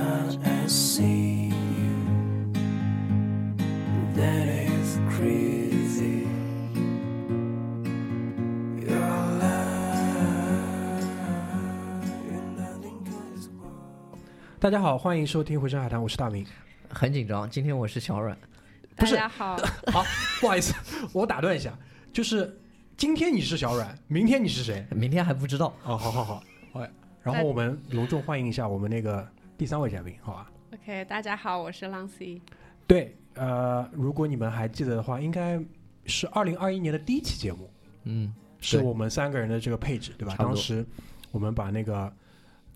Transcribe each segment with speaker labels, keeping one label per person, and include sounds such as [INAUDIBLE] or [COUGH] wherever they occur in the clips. Speaker 1: I see you. That is crazy. Your love, and nothing goes wrong.
Speaker 2: 大家好，欢迎收听《回声海滩》，我是大明。
Speaker 3: 很紧张。今天我是小阮，
Speaker 2: 不是
Speaker 4: 大家 [LAUGHS] 好，
Speaker 2: 好、不好意思，我打断一下，就是今天你是小阮，明天你是谁？
Speaker 3: 明天还不知道。
Speaker 2: 哦，好好好，哎，然后我们隆重欢迎一下我们那个第三位嘉宾，好吧？
Speaker 4: OK，大家好，我是浪 C。
Speaker 2: 对，呃，如果你们还记得的话，应该是二零二一年的第一期节目，
Speaker 3: 嗯，
Speaker 2: 是
Speaker 3: 对
Speaker 2: 我们三个人的这个配置，对吧？
Speaker 3: 差不多
Speaker 2: 当时我们把那个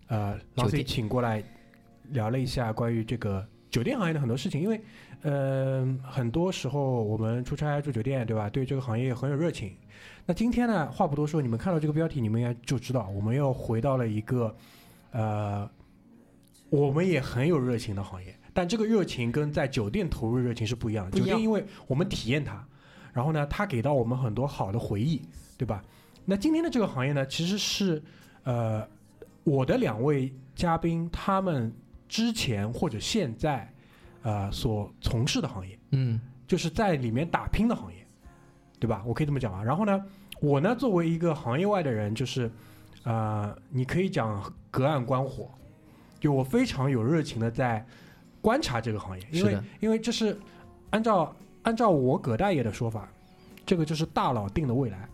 Speaker 2: 呃老 C
Speaker 3: 店
Speaker 2: 请过来聊了一下关于这个酒店行业的很多事情，因为嗯、呃很多时候我们出差住酒店，对吧？对这个行业很有热情。那今天呢，话不多说，你们看到这个标题，你们应该就知道我们又回到了一个呃我们也很有热情的行业，但这个热情跟在酒店投入热情是不一样的。
Speaker 3: 不一
Speaker 2: 酒
Speaker 3: 样
Speaker 2: 店因为我们体验它，然后呢，它给到我们很多好的回忆，对吧？那今天的这个行业呢，其实是呃，我的两位嘉宾他们之前或者现在呃所从事的行业，
Speaker 3: 嗯，
Speaker 2: 就是在里面打拼的行业，对吧？我可以这么讲啊。然后呢，我呢作为一个行业外的人，就是呃，你可以讲隔岸观火，就我非常有热情的在观察这个行业，因
Speaker 3: 是
Speaker 2: 为
Speaker 3: 的
Speaker 2: 因为这是按照按照我葛大爷的说法，这个就是大佬定的未来，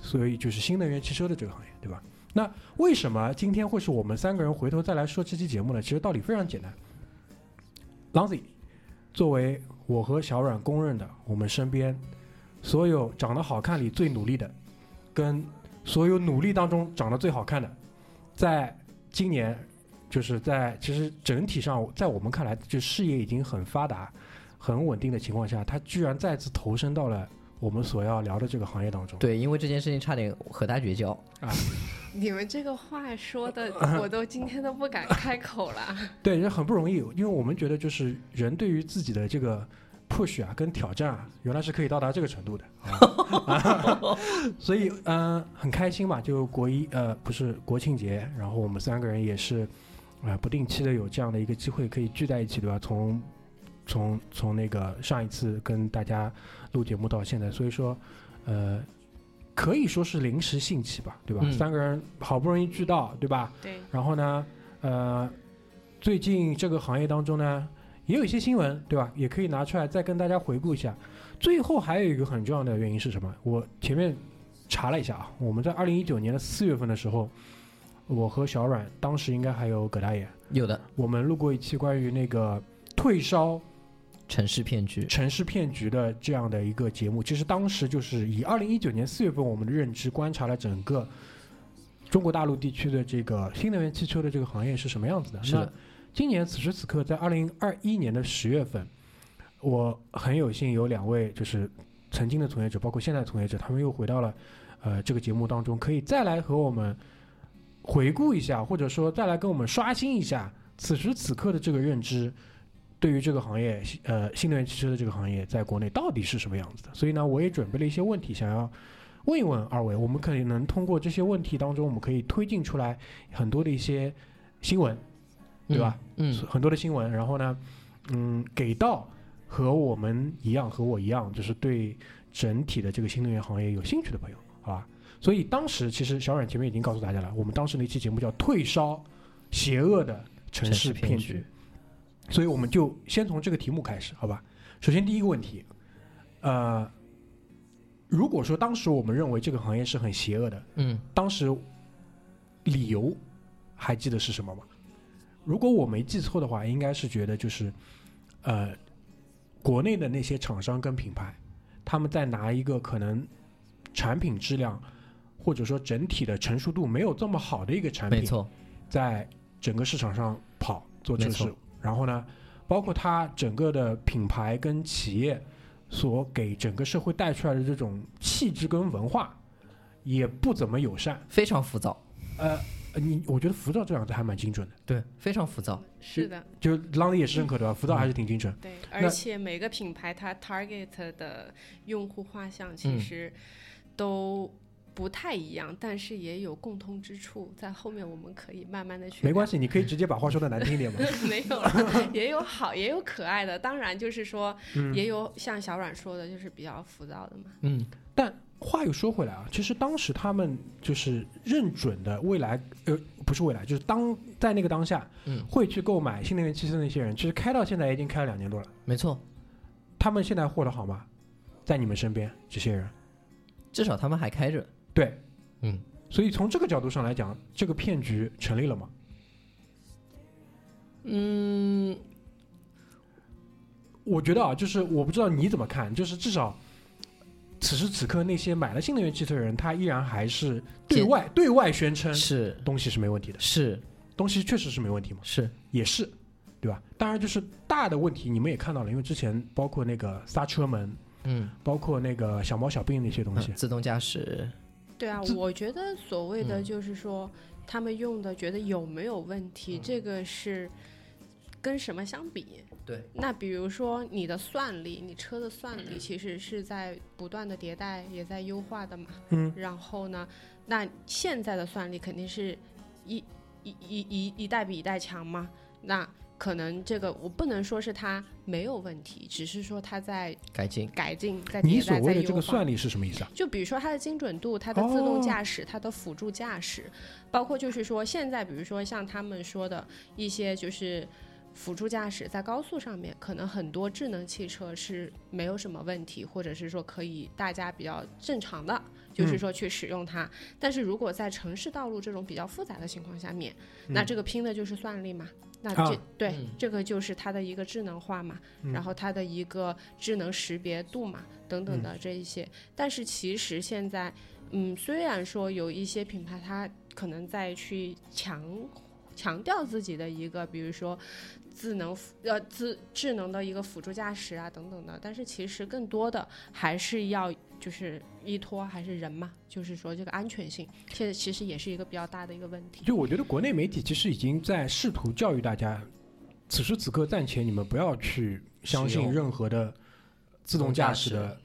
Speaker 2: 所以就是新能源汽车的这个行业，对吧？那为什么今天会是我们三个人回头再来说这期节目呢？其实道理非常简单。Lancy 作为我和小阮公认的我们身边所有长得好看里最努力的，跟所有努力当中长得最好看的，在今年就是在其实整体上，在我们看来，就事业已经很发达、很稳定的情况下，他居然再次投身到了我们所要聊的这个行业当中。
Speaker 3: 对，因为这件事情差点和他绝交。
Speaker 4: 你们这个话说的，我都今天都不敢开口了。
Speaker 2: [LAUGHS] 对，这很不容易，因为我们觉得就是人对于自己的这个 push 啊，跟挑战啊，原来是可以到达这个程度的，啊 [LAUGHS] 所以嗯、呃很开心嘛，就国一呃不是国庆节，然后我们三个人也是呃不定期的有这样的一个机会可以聚在一起，对吧？从从从那个上一次跟大家录节目到现在，所以说呃。可以说是临时兴起吧，对吧？
Speaker 3: 嗯
Speaker 2: 三个人好不容易聚到，对吧？
Speaker 4: [LAUGHS] 对，
Speaker 2: 然后呢，呃，最近这个行业当中呢，也有一些新闻，对吧？也可以拿出来再跟大家回顾一下。最后还有一个很重要的原因是什么？我前面查了一下啊，我们在二零一九年的四月份的时候，我和小阮当时应该还有葛大爷，
Speaker 3: 有的
Speaker 2: 我们录过一期关于那个退烧
Speaker 3: 城市骗局，
Speaker 2: 城市骗局的这样的一个节目。其实当时就是以二零一九年四月份我们的认知观察了整个中国大陆地区的这个新能源汽车的这个行业是什么样子的。
Speaker 3: 是的，
Speaker 2: 今年此时此刻，在二零二一年的十月份，我很有幸有两位就是曾经的从业者，包括现在的从业者，他们又回到了呃这个节目当中，可以再来和我们回顾一下，或者说再来跟我们刷新一下此时此刻的这个认知。对于这个行业，呃，新能源汽车的这个行业，在国内到底是什么样子的？所以呢，我也准备了一些问题，想要问一问二位。我们可以能通过这些问题当中，我们可以推进出来很多的一些新闻，对吧？
Speaker 3: 嗯？嗯，
Speaker 2: 很多的新闻，然后呢，嗯，给到和我们一样，和我一样，就是对整体的这个新能源行业有兴趣的朋友，好吧？所以当时其实小冉前面已经告诉大家了，我们当时那期节目叫《退烧邪恶的城
Speaker 3: 城
Speaker 2: 市
Speaker 3: 市
Speaker 2: 骗
Speaker 3: 骗
Speaker 2: 局》，所以我们就先从这个题目开始，好吧？首先第一个问题，呃，如果说当时我们认为这个行业是很邪恶的，
Speaker 3: 嗯，
Speaker 2: 当时理由还记得是什么吗？如果我没记错的话，应该是觉得就是，呃，国内的那些厂商跟品牌，他们在拿一个可能产品质量或者说整体的成熟度没有这么好的一个产
Speaker 3: 嗯没
Speaker 2: 品，
Speaker 3: 错，
Speaker 2: 在整个市场上跑做测
Speaker 3: 没
Speaker 2: 试
Speaker 3: 错，
Speaker 2: 然后呢，包括它整个的品牌跟企业所给整个社会带出来的这种气质跟文化，也不怎么友善。
Speaker 3: 非常浮躁，
Speaker 2: 呃，你我觉得浮躁这两个字还蛮精准的，
Speaker 3: 对，非常浮躁，
Speaker 4: 是的，
Speaker 2: 就朗迪也是认可的吧？浮躁还是挺精准。
Speaker 4: 对。
Speaker 2: 那
Speaker 4: 而且每个品牌它 target 的用户画像其实都不太一样，但是也有共通之处，在后面我们可以慢慢的去。
Speaker 2: 没关系，你可以直接把话说的难听一点嘛。
Speaker 4: [LAUGHS] 没有了， [LAUGHS] 也有好，也有可爱的。当然，就是说，
Speaker 2: 嗯
Speaker 4: 也有像小阮说的，就是比较浮躁的嘛。
Speaker 3: 嗯，
Speaker 2: 但话又说回来啊，其实当时他们就是认准的未来，呃，不是未来，就是当在那个当下，
Speaker 3: 嗯
Speaker 2: 会去购买新能源汽车的那些人，其实开到现在已经开了两年多了，
Speaker 3: 没错，
Speaker 2: 他们现在获得好吗？在你们身边这些人，
Speaker 3: 至少他们还开着。
Speaker 2: 对，
Speaker 3: 嗯，
Speaker 2: 所以从这个角度上来讲，这个骗局成立了吗？
Speaker 3: 嗯，
Speaker 2: 我觉得啊，就是我不知道你怎么看，就是至少此时此刻那些买了新能源汽车的人，他依然还是对
Speaker 3: 见
Speaker 2: 外对外宣称
Speaker 3: 是
Speaker 2: 东西是没问题的，
Speaker 3: 是
Speaker 2: 东西确实是没问题嘛。
Speaker 3: 是，
Speaker 2: 也是，对吧？当然，就是大的问题你们也看到了，因为之前包括那个刹车门，
Speaker 3: 嗯，
Speaker 2: 包括那个小猫小病那些东西
Speaker 3: 嗯，自动驾驶，
Speaker 4: 对啊，我觉得所谓
Speaker 2: 嗯
Speaker 4: 的就是说，他们用的觉得有没有问题，这
Speaker 2: 嗯
Speaker 4: 个是跟什么相比？
Speaker 3: 对，
Speaker 4: 那比如说你的算力，你车的算力其实是在不断的迭代，也在优化的嘛。
Speaker 2: 嗯。
Speaker 4: 然后呢，那现在的算力肯定是一一一一一代比一代强嘛。那可能这个我不能说是它没有问题，只是说它在
Speaker 3: 改进，
Speaker 4: 改进，在
Speaker 2: 你
Speaker 4: 迭
Speaker 2: 所
Speaker 4: 代，在
Speaker 2: 谓的
Speaker 4: 优
Speaker 2: 这个
Speaker 4: 化。
Speaker 2: 算力是什么意思啊？
Speaker 4: 就比如说它的精准度、它的自动驾驶、它的辅助驾驶，包括就是说现在，比如说像他们说的一些就是辅助驾驶，在高速上面，可能很多智能汽车是没有什么问题，或者是说可以大家比较正常的。就是说去使用它，但是如果在城市道路这种比较复杂的情况下面，那这个拼的就是算力嘛。那这、
Speaker 2: 啊
Speaker 4: 对、
Speaker 3: 嗯
Speaker 4: 这个就是它的一个智能化嘛，然后它的一个智能识别度嘛，等等的这一些。但是其实现在，嗯，虽然说有一些品牌它可能在去强强调自己的一个，比如说智能辅呃自智能的一个辅助驾驶啊等等的，但是其实更多的还是要就是依托还是人嘛，就是说这个安全性，现在其实也是一个比较大的一个问题。
Speaker 2: 就我觉得国内媒体其实已经在试图教育大家，此时此刻暂且你们不要去相
Speaker 3: 使
Speaker 2: 信
Speaker 3: 用
Speaker 2: 任何的自动驾驶的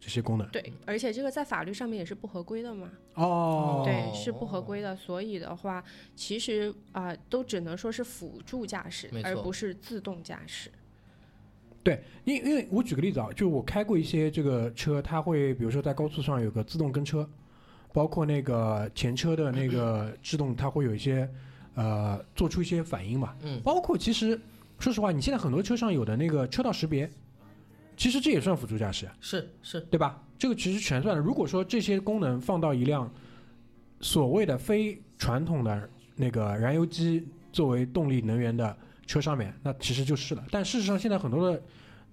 Speaker 2: 这些功能。
Speaker 4: 对，而且这个在法律上面也是不合规的嘛。
Speaker 2: 哦
Speaker 4: 嗯对，是不合规的。所以的话，其实啊、都只能说是辅助驾驶
Speaker 3: 没，
Speaker 4: 而
Speaker 3: 错
Speaker 4: 不是自动驾驶。
Speaker 2: 对，因因为我举个例子啊，就我开过一些这个车，它会比如说在高速上有个自动跟车，包括那个前车的那个制动，它会有一些呃做出一些反应嘛。
Speaker 3: 嗯
Speaker 2: 包括其实说实话，你现在很多车上有的那个车道识别，其实这也算辅助驾驶，啊
Speaker 3: 是是，
Speaker 2: 对吧？这个其实全算了。如果说这些功能放到一辆所谓的非传统的那个燃油机作为动力能源的车上面，那其实就是了。但事实上，现在很多的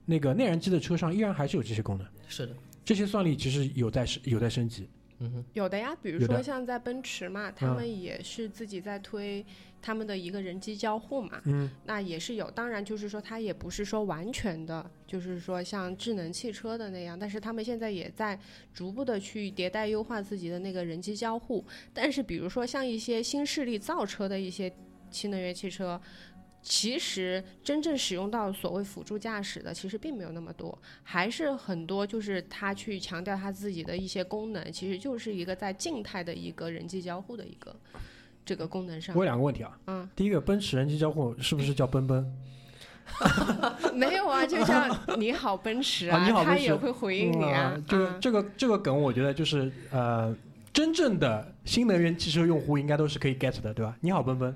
Speaker 2: 那个内燃机的车上依然还是有这些功能，
Speaker 3: 是的，
Speaker 2: 这些算力其实有在有在升级。
Speaker 3: 嗯哼，
Speaker 4: 有的呀，比如
Speaker 2: 有的
Speaker 4: 说像在奔驰嘛，他
Speaker 2: 嗯
Speaker 4: 们也是自己在推他们的一个人机交互嘛，
Speaker 2: 嗯，
Speaker 4: 那也是有。当然，就是说它也不是说完全的，就是说像智能汽车的那样，但是他们现在也在逐步的去迭代优化自己的那个人机交互。但是，比如说像一些新势力造车的一些新能源汽车。其实真正使用到所谓辅助驾驶的，其实并没有那么多，还是很多就是他去强调他自己的一些功能，其实就是一个在静态的一个人机交互的一个这个功能上
Speaker 2: 我有。两个问题啊。
Speaker 4: 嗯，
Speaker 2: 第一个，奔驰人机交互是不是叫奔奔？
Speaker 4: [LAUGHS] 没有啊，就像你好奔驰啊，
Speaker 2: 啊你好奔
Speaker 4: 他
Speaker 2: 驰
Speaker 4: 也会回应你啊。
Speaker 2: 嗯这个
Speaker 4: 啊
Speaker 2: 这个这个梗，我觉得就是呃，真正的新能源汽车用户应该都是可以 get 的，对吧？你好，奔奔，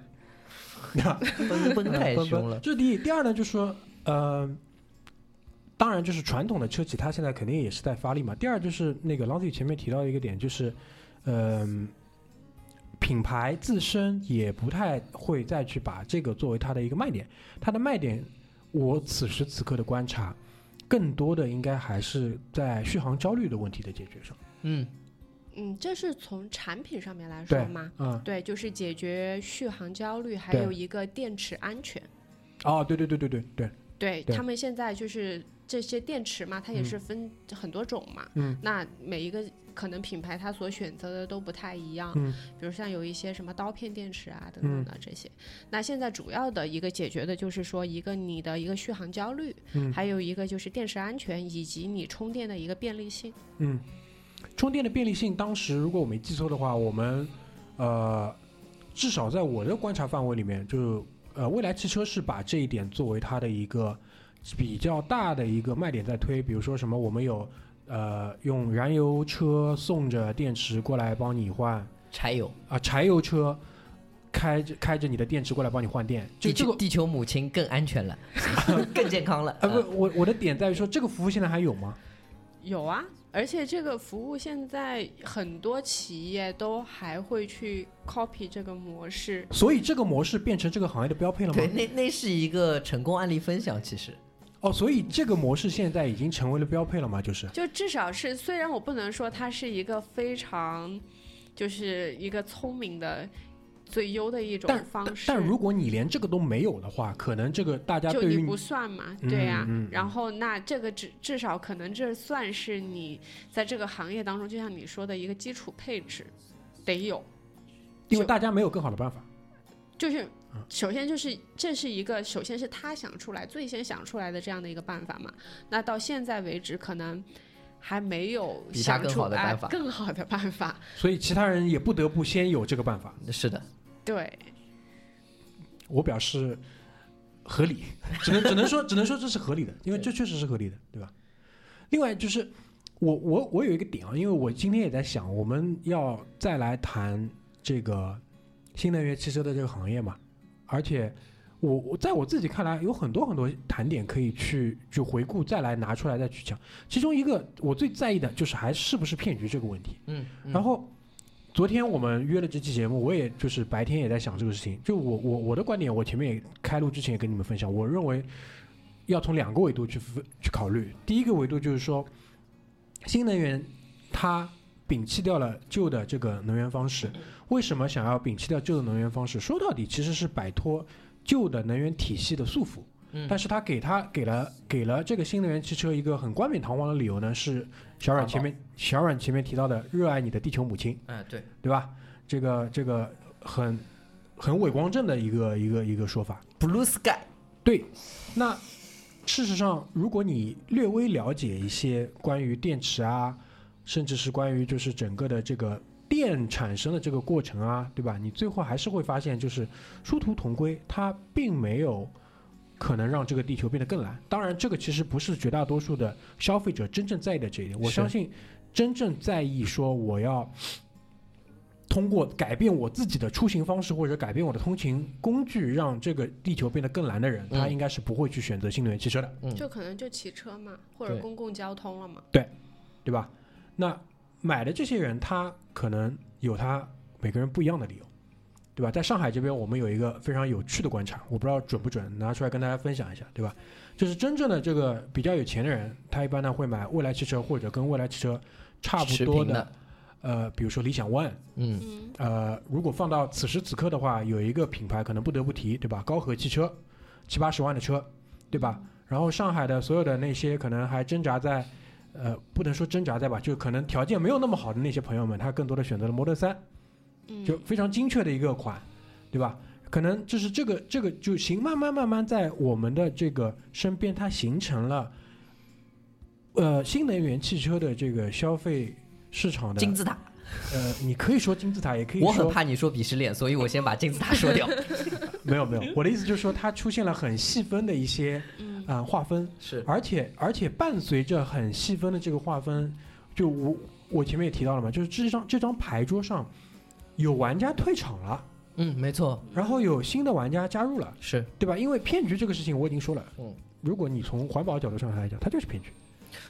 Speaker 2: 对吧？
Speaker 3: 崩嗯崩太凶了，
Speaker 2: 这是第一。第二呢，就是说，呃，当然就是传统的车企，它现在肯定也是在发力嘛。第二就是那个 l a n z y 前面提到的一个点，就是，嗯、品牌自身也不太会再去把这个作为它的一个卖点。它的卖点，我此时此刻的观察，更多的应该还是在续航焦虑的问题的解决上。
Speaker 3: 嗯，
Speaker 4: 嗯，这是从产品上面来
Speaker 2: 对
Speaker 4: 说吗？
Speaker 2: 嗯，
Speaker 4: 对，就是解决续航焦虑，还
Speaker 2: 对
Speaker 4: 有一个电池安全。
Speaker 2: 哦，对对对对对对，
Speaker 4: 对
Speaker 2: 对
Speaker 4: 他们现在就是这些电池嘛，它也是分很多种嘛。
Speaker 2: 嗯。
Speaker 4: 那每一个可能品牌它所选择的都不太一样，
Speaker 2: 嗯
Speaker 4: 比如像有一些什么刀片电池啊等等的这些。那现在主要的一个解决的就是说，一个你的一个续航焦虑，
Speaker 2: 嗯
Speaker 4: 还有一个就是电池安全以及你充电的一个便利性。
Speaker 2: 嗯，充电的便利性，当时如果我没记错的话，我们呃，至少在我的观察范围里面，就呃，未来汽车是把这一点作为它的一个呃比较大的一个卖点在推。比如说什么，我们有呃用燃油车送着电池过来帮你换，啊、
Speaker 3: 柴油，
Speaker 2: 柴油车开着开着你的电池过来帮你换电，就
Speaker 3: 地
Speaker 2: 这
Speaker 3: 球
Speaker 2: 个。
Speaker 3: 地球母亲更安 [LAUGHS] 全了，更健康了。
Speaker 2: 呃，
Speaker 3: 啊
Speaker 2: 不，我我的点在于说，这个服务现在还有吗？
Speaker 4: 有啊，而且这个服务现在很多企业都还会去 copy 这个模式。
Speaker 2: 所以这个模式变成这个行业的标配了吗
Speaker 3: 对，？那那是一个成功案例分享，其实
Speaker 2: 哦，所以这个模式现在已经成为了标配了嘛？就是 [LAUGHS]
Speaker 4: 就至少是，虽然我不能说它是一个非常，就是一个聪明的、最优的一种
Speaker 2: 但
Speaker 4: 方式，
Speaker 2: 但如果你连这个都没有的话，可能这个大家
Speaker 4: 就
Speaker 2: 对于
Speaker 4: 你
Speaker 2: 你
Speaker 4: 不算嘛，
Speaker 2: 嗯
Speaker 4: 对呀、
Speaker 2: 嗯嗯
Speaker 4: 然后那这个至至少可能这算是你在这个行业当中，就像你说的一个基础配置，得有。
Speaker 2: 因为
Speaker 4: 就
Speaker 2: 大家没有更好的办法。
Speaker 4: 就是首先就是这是一个，首先是他想出来最先想出来的这样的一个办法嘛。那到现在为止，可能还没有
Speaker 3: 比他
Speaker 4: 想
Speaker 3: 更
Speaker 4: 出
Speaker 3: 好的
Speaker 4: 哎
Speaker 3: 办法
Speaker 4: 更好的办法。
Speaker 2: 所以其他人也不得不先有这个办法。
Speaker 3: 是的。
Speaker 4: 对，
Speaker 2: 我表示合理，只能只能说只能说这是合理的，因为这确实是合理的，对吧？另外就是我我我有一个点啊，因为我今天也在想，我们要再来谈这个新能源汽车的这个行业嘛，而且我我在我自己看来有很多很多谈点可以去去回顾，再来拿出来再去讲。其中一个我最在意的就是还是不是骗局这个问题。
Speaker 3: 嗯，嗯
Speaker 2: 然后昨天我们约了这期节目，我也就是白天也在想这个事情。就我我我的观点，我前面也开录之前也跟你们分享，我认为要从两个维度去分去考虑。第一个维度就是说，新能源它摒弃掉了旧的这个能源方式，为什么想要摒弃掉旧的能源方式？说到底，其实是摆脱旧的能源体系的束缚。
Speaker 3: 嗯
Speaker 2: 但是它给它给了给了这个新能源汽车一个很冠冕堂皇的理由呢，是小阮前面小阮前面提到的热爱你的地球母亲，
Speaker 3: 哎，对，
Speaker 2: 对吧？这个这个很很伟光正的一个一个一个说法。
Speaker 3: Blue Sky，
Speaker 2: 对，那事实上，如果你略微了解一些关于电池啊，甚至是关于就是整个的这个电产生的这个过程啊，对吧？你最后还是会发现，就是殊途同归，它并没有可能让这个地球变得更蓝。当然，这个其实不是绝大多数的消费者真正在意的这一点。我
Speaker 3: 是
Speaker 2: 相信，真正在意说我要。通过改变我自己的出行方式或者改变我的通勤工具，让这个地球变得更蓝的人，他
Speaker 3: 嗯
Speaker 2: 应该是不会去选择新能源汽车的，
Speaker 3: 嗯
Speaker 4: 就可能就骑车嘛，或者
Speaker 3: 对
Speaker 4: 公共交通了嘛。
Speaker 2: 对吧？那买的这些人，他可能有他每个人不一样的理由，对吧？在上海这边，我们有一个非常有趣的观察，我不知道准不准，拿出来跟大家分享一下，对吧？就是真正的这个比较有钱的人，他一般呢会买蔚来汽车或者跟蔚来汽车差不
Speaker 3: 持
Speaker 2: 多
Speaker 3: 平
Speaker 2: 的，
Speaker 3: 的，
Speaker 2: 呃，比如说理想 ONE，
Speaker 3: 嗯，
Speaker 4: 嗯，
Speaker 2: 呃，如果放到此时此刻的话，有一个品牌可能不得不提，对吧？高和汽车，七八十万的车，对吧？
Speaker 4: 嗯
Speaker 2: 然后上海的所有的那些可能还挣扎在，呃，不能说挣扎在吧，就可能条件没有那么好的那些朋友们，他更多的选择了 Model 三，
Speaker 4: 嗯
Speaker 2: 就非常精确的一个款，对吧？可能就是这个这个就行，慢慢慢慢在我们的这个身边，它形成了，呃，新能源汽车的这个消费市场的
Speaker 3: 金字塔。
Speaker 2: 呃，你可以说金字塔，也可以说
Speaker 3: 我很怕你说鄙视链，所以我先把金字塔说
Speaker 2: [LAUGHS]
Speaker 3: 掉。
Speaker 2: 没有没有，我的意思就是说，它出现了很细分的一些
Speaker 4: 嗯
Speaker 2: 啊、呃划分，
Speaker 3: 是，
Speaker 2: 而且而且伴随着很细分的这个划分，就我我前面也提到了嘛，就是这张这张牌桌上有玩家退场了，
Speaker 3: 嗯，没错，
Speaker 2: 然后有新的玩家加入了，
Speaker 3: 是。
Speaker 2: 对吧？因为骗局这个事情我已经说了，
Speaker 3: 嗯，
Speaker 2: 如果你从环保角度上来讲，它就是骗局，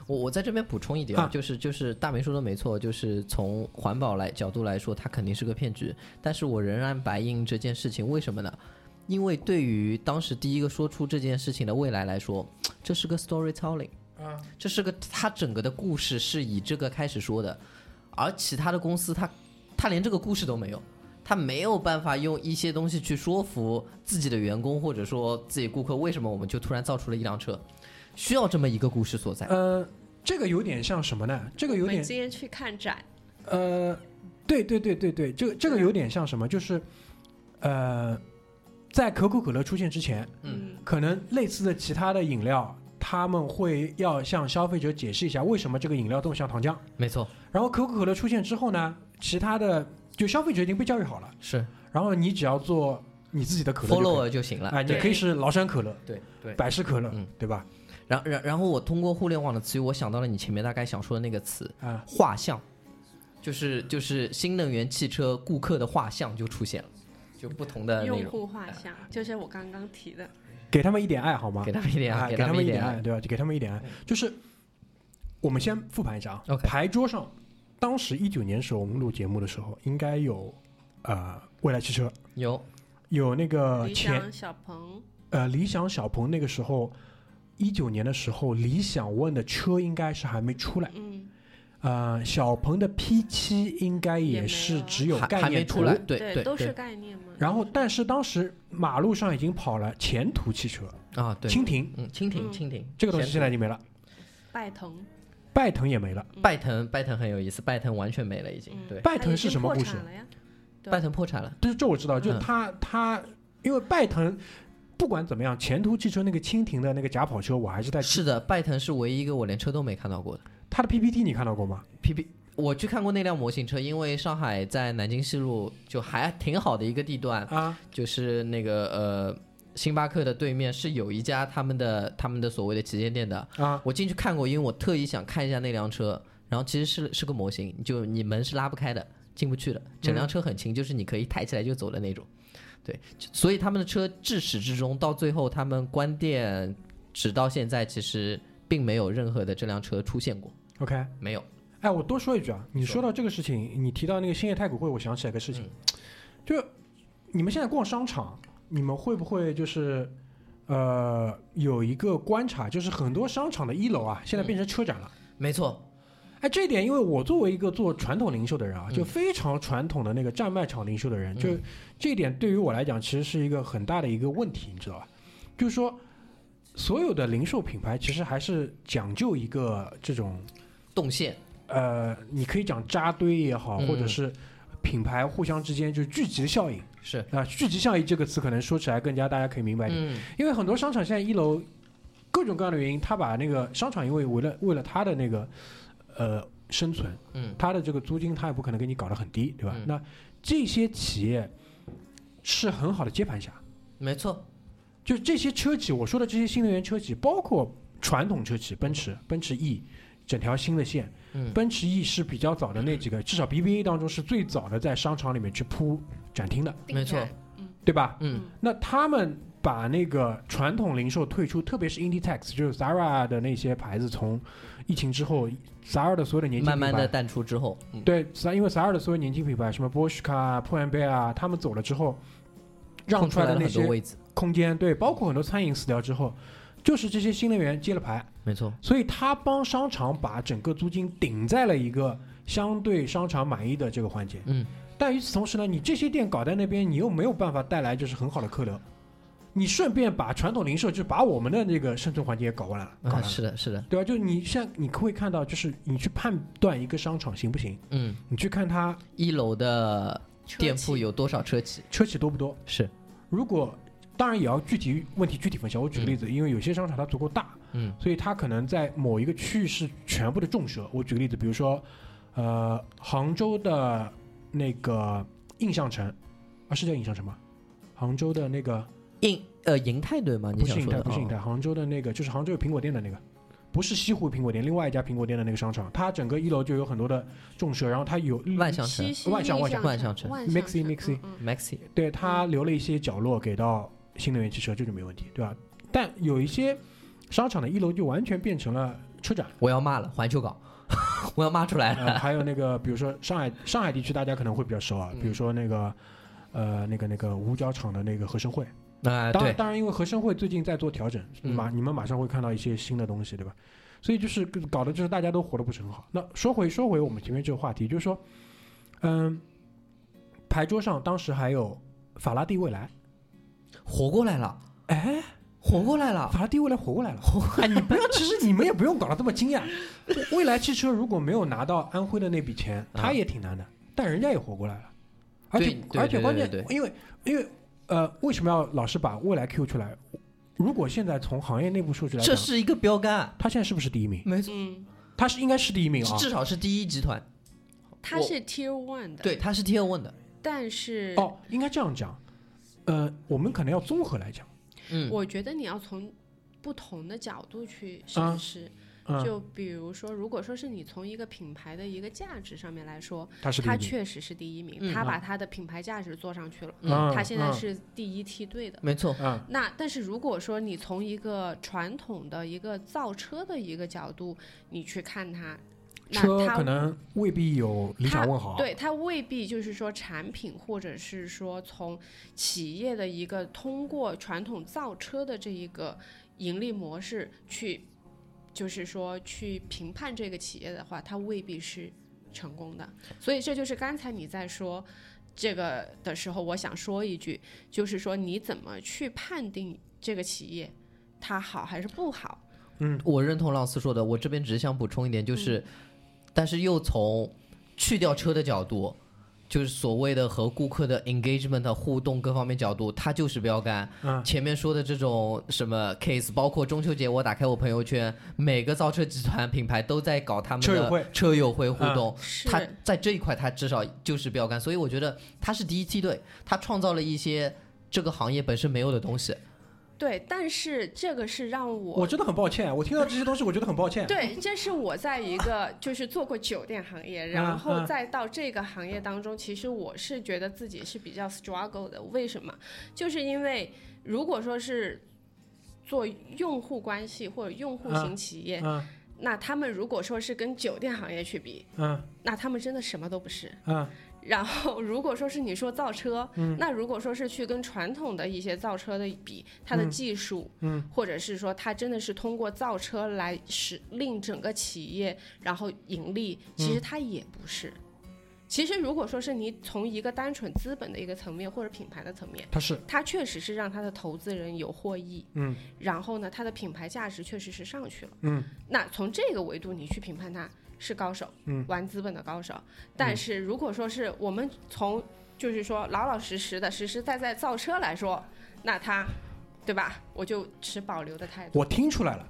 Speaker 3: 我我在这边补充一点啊
Speaker 2: 啊
Speaker 3: 就是就是大明说的没错，就是从环保来角度来说，它肯定是个骗局。但是我仍然白应这件事情，为什么呢？因为对于当时第一个说出这件事情的未来来说，这是个 storytelling，
Speaker 2: 啊，
Speaker 3: 这是个它整个的故事是以这个开始说的，而其他的公司它它连这个故事都没有，它没有办法用一些东西去说服自己的员工或者说自己顾客，为什么我们就突然造出了一辆车，需要这么一个故事所在。
Speaker 2: 呃，这个有点像什么呢？这个
Speaker 4: 我
Speaker 2: 有
Speaker 4: 们
Speaker 2: 点
Speaker 4: 今天去看展，
Speaker 2: 呃，对对对对对，这个这个有点像什么？就是，呃，在可口可乐出现之前，
Speaker 3: 嗯
Speaker 4: 嗯，
Speaker 2: 可能类似的其他的饮料，他们会要向消费者解释一下为什么这个饮料这么像糖浆，
Speaker 3: 没错，
Speaker 2: 然后可口可乐出现之后呢，其他的就消费者已经被教育好了，
Speaker 3: 是
Speaker 2: 然后你只要做你自己的可乐就可以
Speaker 3: follower 就行了。
Speaker 2: 哎，你
Speaker 4: 对
Speaker 2: 可以是崂山可乐、
Speaker 3: 对对。
Speaker 2: 百事可乐
Speaker 3: 嗯，
Speaker 2: 对吧？
Speaker 3: 然然然后我通过互联网的词语，我想到了你前面大概想说的那个词
Speaker 2: 啊
Speaker 3: “画像”，就是就是新能源汽车顾客的画像就出现了，就不同
Speaker 2: 呃
Speaker 3: 的内
Speaker 4: 用
Speaker 3: 容，
Speaker 4: 户画像
Speaker 2: 哎
Speaker 4: 就是我刚刚提的，
Speaker 2: 给他们一点爱好吗
Speaker 3: 给？他们一点
Speaker 2: 啊
Speaker 3: 爱，
Speaker 2: 给
Speaker 3: 他
Speaker 2: 们
Speaker 3: 一
Speaker 2: 点
Speaker 3: 爱。
Speaker 2: 对吧？就给他们一点爱，就是我们先复盘一下啊。
Speaker 3: OK
Speaker 2: 牌桌上，当时一九年时候我们录节目的时候，应该有呃未来汽车，
Speaker 3: 有
Speaker 2: 有那个
Speaker 4: 理
Speaker 2: 前
Speaker 4: 想小鹏，
Speaker 2: 呃理想小鹏那个时候。一九年的时候，理想 ONE 的车应该是还没出来，
Speaker 4: 嗯，
Speaker 2: 呃，小鹏的 P 七应该
Speaker 4: 也
Speaker 2: 也
Speaker 4: 没
Speaker 2: 是
Speaker 4: 有
Speaker 2: 只有
Speaker 3: 还
Speaker 2: 概
Speaker 3: 还没
Speaker 2: 念
Speaker 3: 出
Speaker 2: 图
Speaker 3: 来，对对
Speaker 4: 都是
Speaker 3: 对
Speaker 4: 概念嘛。嗯
Speaker 2: 然后，但是当时马路上已经跑了前途汽车、
Speaker 3: 啊对，
Speaker 2: 蜻蜓
Speaker 3: 嗯蜻蜓
Speaker 4: 嗯
Speaker 3: 蜻蜓
Speaker 2: 这个东西，现在已经没了，
Speaker 4: 拜腾，
Speaker 2: 拜腾也没了。
Speaker 3: 拜腾拜腾很有意思，拜腾完全没了已经
Speaker 4: 嗯，
Speaker 3: 对，
Speaker 2: 拜
Speaker 4: 它
Speaker 2: 腾
Speaker 4: 已
Speaker 2: 是
Speaker 4: 经
Speaker 2: 什么
Speaker 4: 破
Speaker 2: 故
Speaker 4: 产
Speaker 2: 事
Speaker 4: 了呀？对
Speaker 3: 拜腾破产了，
Speaker 2: 就是这我知道，就是
Speaker 3: 嗯
Speaker 2: 他他因为拜腾不管怎么样，前途汽车那个蜻蜓的那个假跑车，我还是在
Speaker 3: 是的，拜腾是唯一一个我连车都没看到过的。
Speaker 2: 他的 PPT 你看到过吗？
Speaker 3: P P，我去看过那辆模型车，因为上海在南京西路就还挺好的一个地段，
Speaker 2: 啊，
Speaker 3: 就是那个呃星巴克的对面是有一家他们的他们的所谓的旗舰店的
Speaker 2: 啊。
Speaker 3: 我进去看过，因为我特意想看一下那辆车，然后其实是是个模型，就你门是拉不开的，进不去的。整辆车很轻，就是你可以抬起来就走的那种。对，所以他们的车至始至终到最后他们关店，直到现在其实并没有任何的这辆车出现过，
Speaker 2: OK，
Speaker 3: 没有。
Speaker 2: 哎，我多说一句啊，你
Speaker 3: 说
Speaker 2: 说到这个事情，你提到那个兴业太古汇，我想起来个事情
Speaker 3: 嗯，
Speaker 2: 就你们现在逛商场，你们会不会就是？呃，有一个观察，就是很多商场的一楼啊，现在
Speaker 3: 嗯
Speaker 2: 变成车展了。
Speaker 3: 没错，
Speaker 2: 哎，这一点，因为我作为一个做传统零售的人啊，
Speaker 3: 嗯
Speaker 2: 就非常传统的那个站卖场零售的人，
Speaker 3: 嗯
Speaker 2: 就这一点对于我来讲，其实是一个很大的一个问题，你知道吧？就是说，所有的零售品牌其实还是讲究一个这种，
Speaker 3: 动线
Speaker 2: 呃，你可以讲扎堆也好，
Speaker 3: 嗯
Speaker 2: 或者是品牌互相之间就是聚集效应
Speaker 3: 是，
Speaker 2: 啊，聚集效应这个词可能说起来更加大家可以明白一点。
Speaker 3: 嗯，
Speaker 2: 因为很多商场现在一楼各种各样的原因，他把那个商场因为为了为了他的那个呃生存，
Speaker 3: 嗯，
Speaker 2: 他的这个租金他也不可能给你搞得很低，对吧？
Speaker 3: 嗯
Speaker 2: 那这些企业是很好的接盘侠，
Speaker 3: 没错，
Speaker 2: 就这些车企，我说的这些新能源车企，包括传统车企，奔驰、奔驰 E。整条新的线，
Speaker 3: 嗯，
Speaker 2: 奔驰 E 是比较早的那几个，至少 BBA 当中是最早的在商场里面去铺展厅的，
Speaker 4: 定
Speaker 3: 没错
Speaker 4: 价，
Speaker 2: 对吧？
Speaker 3: 嗯，
Speaker 2: 那他们把那个传统零售退出，特别是 Inditex，就是 Zara 的那些牌子，从疫情之后，Zara 的所有的年轻
Speaker 3: 慢
Speaker 2: 品牌，
Speaker 3: 慢的淡出之后，嗯，
Speaker 2: 对，Zara- 因为 Zara 的所有年轻品牌，什么波士卡啊、破万贝啊，他们走了之后，让
Speaker 3: 空出
Speaker 2: 出来
Speaker 3: 来
Speaker 2: 的那
Speaker 3: 了很多
Speaker 2: 些
Speaker 3: 位置，
Speaker 2: 空间，对，包括很多餐饮死掉之后，就是这些新能源接了牌，
Speaker 3: 没错，
Speaker 2: 所以他帮商场把整个租金顶在了一个相对商场满意的这个环节。
Speaker 3: 嗯，
Speaker 2: 但与此同时呢，你这些店搞在那边，你又没有办法带来就是很好的客流，你顺便把传统零售就把我们的那个生存环节也搞完了，搞完
Speaker 3: 啊，
Speaker 2: 了，
Speaker 3: 是的，是的，
Speaker 2: 对吧？就你像你会看到，就是你去判断一个商场行不行，
Speaker 3: 嗯，
Speaker 2: 你去看它
Speaker 3: 一楼的
Speaker 4: 车
Speaker 3: 店
Speaker 4: 企
Speaker 3: 铺有多少车企？
Speaker 2: 车企多不多。
Speaker 3: 是，
Speaker 2: 如果当然也要具体问题具体分析。我举个例子，因为有些商场它足够大，
Speaker 3: 嗯，
Speaker 2: 所以它可能在某一个区域是全部的重奢。我举个例子，比如说，呃，杭州的那个印象城，啊，是叫印象城吗？杭州的那个
Speaker 3: 银呃银泰对吗？你
Speaker 2: 不是
Speaker 3: 想
Speaker 2: 银
Speaker 3: 说
Speaker 2: 泰，
Speaker 3: 的？
Speaker 2: 不是银
Speaker 3: 哦
Speaker 2: 泰，杭州的那个就是杭州有苹果店的那个，不是西湖苹果店，另外一家苹果店的那个商场，它整个一楼就有很多的重奢，然后它有
Speaker 3: 万象城
Speaker 4: 西西
Speaker 2: 万象
Speaker 4: 印
Speaker 2: 万象
Speaker 3: 万象城
Speaker 4: 万
Speaker 2: Mixi
Speaker 4: 城
Speaker 2: Mixi
Speaker 4: 嗯嗯
Speaker 3: Maxi，
Speaker 2: 对它留了一些角落给到新能源汽车，这就没问题，对吧？但有一些商场的一楼就完全变成了车展。
Speaker 3: 我要骂了，环球港， [LAUGHS] 我要骂出来 [LAUGHS]
Speaker 2: 呃，
Speaker 3: 了。哎
Speaker 2: 还有那个，比如说上海上海地区，大家可能会比较熟啊，
Speaker 3: 嗯
Speaker 2: 比如说那个，呃，那个那个五角场的那个合生汇。
Speaker 3: 啊，
Speaker 2: 当然，
Speaker 3: 对，
Speaker 2: 当然，因为合生汇最近在做调整，
Speaker 3: 嗯
Speaker 2: 马你们马上会看到一些新的东西，对吧？所以就是搞得就是大家都活得不是很好。那说回说回我们前面这个话题，就是说，嗯，牌桌上当时还有法拉第未来，
Speaker 3: 活过来了，
Speaker 2: 哎，
Speaker 3: 活过来了。
Speaker 2: 法拉第未来活过来了。哎，你不要，其实你们也不用搞得这么惊讶。未来汽车如果没有拿到安徽的那笔钱，
Speaker 3: 啊
Speaker 2: 他也挺难的，但人家也活过来了。而且
Speaker 3: 对对
Speaker 2: 而且
Speaker 3: 对
Speaker 2: 关键
Speaker 3: 对对，
Speaker 2: 因为因为呃，为什么要老是把未来 Q 出来？如果现在从行业内部数据来
Speaker 3: 这
Speaker 2: 讲，
Speaker 3: 是一个标杆，
Speaker 2: 他现在是不是第一名？
Speaker 3: 没错，
Speaker 4: 嗯，
Speaker 2: 他是应该是第一名啊。
Speaker 3: 至少是第一集团。
Speaker 4: 它是 Tier One 的，
Speaker 3: 对，它是 Tier One 的，
Speaker 4: 但是
Speaker 2: 哦，应该这样讲，呃，我们可能要综合来讲，
Speaker 3: 嗯，
Speaker 4: 我觉得你要从不同的角度去审视。
Speaker 2: 嗯，
Speaker 4: 就比如说，如果说是你从一个品牌的一个价值上面来说，
Speaker 2: 它是
Speaker 4: 它
Speaker 2: 第一
Speaker 4: 确实是第一名，
Speaker 3: 嗯
Speaker 4: 它
Speaker 2: 啊
Speaker 4: 把它的品牌价值做上去了，
Speaker 2: 名，
Speaker 3: 嗯
Speaker 4: 它现在
Speaker 2: 嗯
Speaker 4: 是第一梯队的。
Speaker 3: 没错，
Speaker 2: 嗯
Speaker 4: 那但是如果说你从一个传统的一个造车的一个角度，你去看它，
Speaker 2: 车
Speaker 4: 那它
Speaker 2: 可能未必有理想问啊好，
Speaker 4: 对它未必就是说产品，或者是说从企业的一个通过传统造车的这一个盈利模式去，就是说去评判这个企业的话，它未必是成功的。所以这就是刚才你在说这个的时候，我想说一句，就是说你怎么去判定这个企业它好还是不好？
Speaker 3: 我认同老师说的，我这边只是想补充一
Speaker 2: 嗯
Speaker 3: 点，就是，但是又从去掉车的角度，就是所谓的和顾客的 engagement 的互动各方面角度，它就是标杆。
Speaker 2: 嗯
Speaker 3: 前面说的这种什么 case，包括中秋节我打开我朋友圈，每个造车集团品牌都在搞他们
Speaker 2: 车友
Speaker 3: 的
Speaker 2: 会嗯
Speaker 3: 车友会互动，
Speaker 4: 是
Speaker 3: 它在这一块它至少就是标杆，所以我觉得它是第一梯队，它创造了一些这个行业本身没有的东西。
Speaker 4: 对，但是这个是让
Speaker 2: 我真的很抱歉，我听到这些东西，我觉得很抱歉。
Speaker 4: 对，这是我在一个就是做过酒店行业，然后
Speaker 2: 啊
Speaker 4: 再到这个行业当中，其实我是觉得自己是比较 struggle 的。为什么？就是因为如果说是做用户关系或者用户型企业，
Speaker 2: 嗯
Speaker 4: 那他们如果说是跟酒店行业去比，
Speaker 2: 嗯
Speaker 4: 那他们真的什么都不是。
Speaker 2: 嗯
Speaker 4: 然后，如果说是你说造车，那如果说是去跟传统的一些造车的比，它的技术，
Speaker 2: 嗯
Speaker 4: 或者是说它真的是通过造车来使令整个企业然后盈利，其实它也不是。其实，如果说是你从一个单纯资本的一个层面或者品牌的层面，
Speaker 2: 它是
Speaker 4: 它确实是让它的投资人有获益，
Speaker 2: 嗯，
Speaker 4: 然后呢，它的品牌价值确实是上去了，
Speaker 2: 嗯，
Speaker 4: 那从这个维度你去评判它是高手，
Speaker 2: 嗯，
Speaker 4: 玩资本的高手。但是如果说是我们从就是说老老实实的、实实在在造车来说，那它，对吧？我就持保留的态度。
Speaker 2: 我听出来了，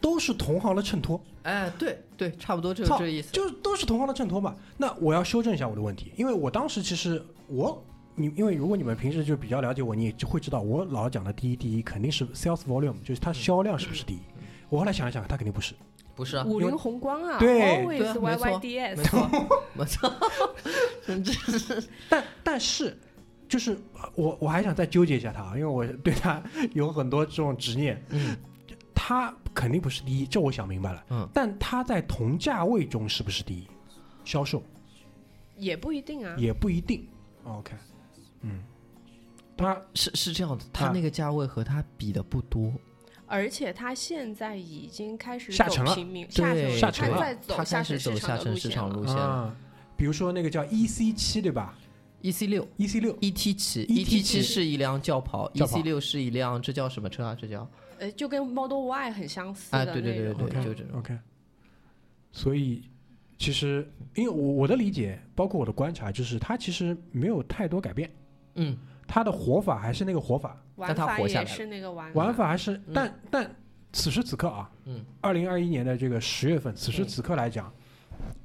Speaker 2: 都是同行的衬托，
Speaker 3: 哎，对对，差不多就
Speaker 2: 操
Speaker 3: 这意思。
Speaker 2: 就是都是同行的衬托嘛。那我要修正一下我的问题，因为我当时其实我你因为如果你们平时就比较了解我，你也就会知道我老讲的第一第一肯定是 sales volume，就是
Speaker 3: 嗯
Speaker 2: 它销量是不是第一。我后来想一想，它肯定不是。
Speaker 3: 不是啊，
Speaker 4: 五
Speaker 2: 因
Speaker 4: 菱
Speaker 2: 为
Speaker 4: 宏光啊
Speaker 2: 对
Speaker 3: 对
Speaker 4: ，always
Speaker 3: 啊
Speaker 4: Y
Speaker 3: 没
Speaker 4: Y
Speaker 3: 错
Speaker 4: D
Speaker 3: 没
Speaker 4: S，
Speaker 3: 错，没错，
Speaker 2: 但但是，就是呃我我还想再纠结一下他啊，因为我对他有很多这种执念。
Speaker 3: 嗯，
Speaker 2: 他肯定不是第一，这我想明白了。
Speaker 3: 嗯，
Speaker 2: 但他在同价位中是不是第一？销售
Speaker 4: 也不一定啊。
Speaker 3: 嗯
Speaker 2: 也不一定。OK，嗯，他
Speaker 3: 是是这样的，
Speaker 2: 嗯
Speaker 3: 他那个价位和他比的不多，
Speaker 4: 而且它现在已经开始
Speaker 2: 下
Speaker 4: 走
Speaker 2: 沉了
Speaker 4: 平民，
Speaker 3: 对，
Speaker 2: 下沉
Speaker 4: 沉了，
Speaker 2: 了
Speaker 4: 它在走
Speaker 3: 他开始走
Speaker 4: 沉
Speaker 3: 下沉市
Speaker 4: 市场
Speaker 3: 场
Speaker 4: 的路线
Speaker 3: 路线
Speaker 4: 了。
Speaker 3: 了。
Speaker 2: 啊，比如说那个叫 EC 七对吧
Speaker 3: E C 六
Speaker 2: ？EC 六
Speaker 3: E T 七
Speaker 2: ET7
Speaker 3: E T 七是一辆轿跑，E
Speaker 2: 轿跑
Speaker 3: C 六是一辆这叫什么车啊？这叫
Speaker 4: 呃，就跟 Model Y 很相似的
Speaker 3: 哎，
Speaker 4: 那种。
Speaker 3: 对对对对
Speaker 2: OK
Speaker 3: 对，就这种。
Speaker 2: OK，所以其实因为我我的理解，包括我的观察，就是他其实没有太多改变，
Speaker 3: 嗯，
Speaker 2: 他的活法还是那个活法。
Speaker 4: 玩
Speaker 3: 但它
Speaker 4: 法
Speaker 3: 活下来
Speaker 4: 也
Speaker 3: 了
Speaker 4: 是那个玩
Speaker 2: 玩
Speaker 4: 法。
Speaker 2: 法还是
Speaker 3: 嗯，
Speaker 2: 但但此时此刻啊，
Speaker 3: 嗯，
Speaker 2: 二零二一年的这个十月份，此时
Speaker 3: 嗯
Speaker 2: 此刻来讲，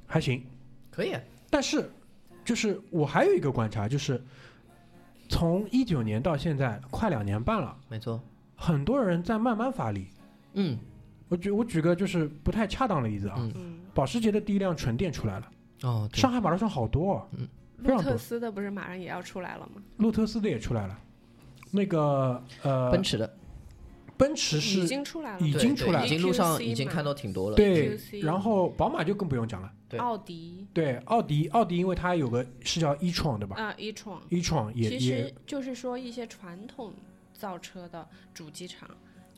Speaker 2: 还行。
Speaker 3: 可以。
Speaker 2: 但是，就是我还有一个观察，就是从一九年到现在快两年半了，
Speaker 3: 没错，
Speaker 2: 很多人在慢慢发力。
Speaker 3: 嗯，
Speaker 2: 我举我举个就是不太恰当的例子啊，
Speaker 3: 嗯
Speaker 4: 嗯，
Speaker 2: 保时捷的第一辆纯电出来了，
Speaker 3: 哦，对嗯
Speaker 2: 上海马路上好多、哦，非
Speaker 4: 路
Speaker 2: 常多
Speaker 4: 特斯的不是马上也要出来了吗？
Speaker 2: 路特斯的也出来了，那个呃，
Speaker 3: 奔
Speaker 2: 奔
Speaker 3: 驰
Speaker 2: 驰
Speaker 3: 的
Speaker 4: 已
Speaker 2: 是
Speaker 4: 经出来了
Speaker 2: 已
Speaker 4: 吗，
Speaker 3: 对
Speaker 2: 经
Speaker 3: 对
Speaker 2: 出来了
Speaker 3: 已经路上已经
Speaker 4: EQC 嘛
Speaker 3: 看到挺多了。
Speaker 2: 对，
Speaker 4: EQC
Speaker 2: 然后宝马就更不用讲了。
Speaker 3: 对
Speaker 4: 奥迪
Speaker 2: 对，奥迪，奥迪因为它有个是叫 e 创对吧
Speaker 4: 啊，e-tron，
Speaker 2: e 创也
Speaker 4: 其实
Speaker 2: 也，
Speaker 4: 就是说一些传统造车的主机厂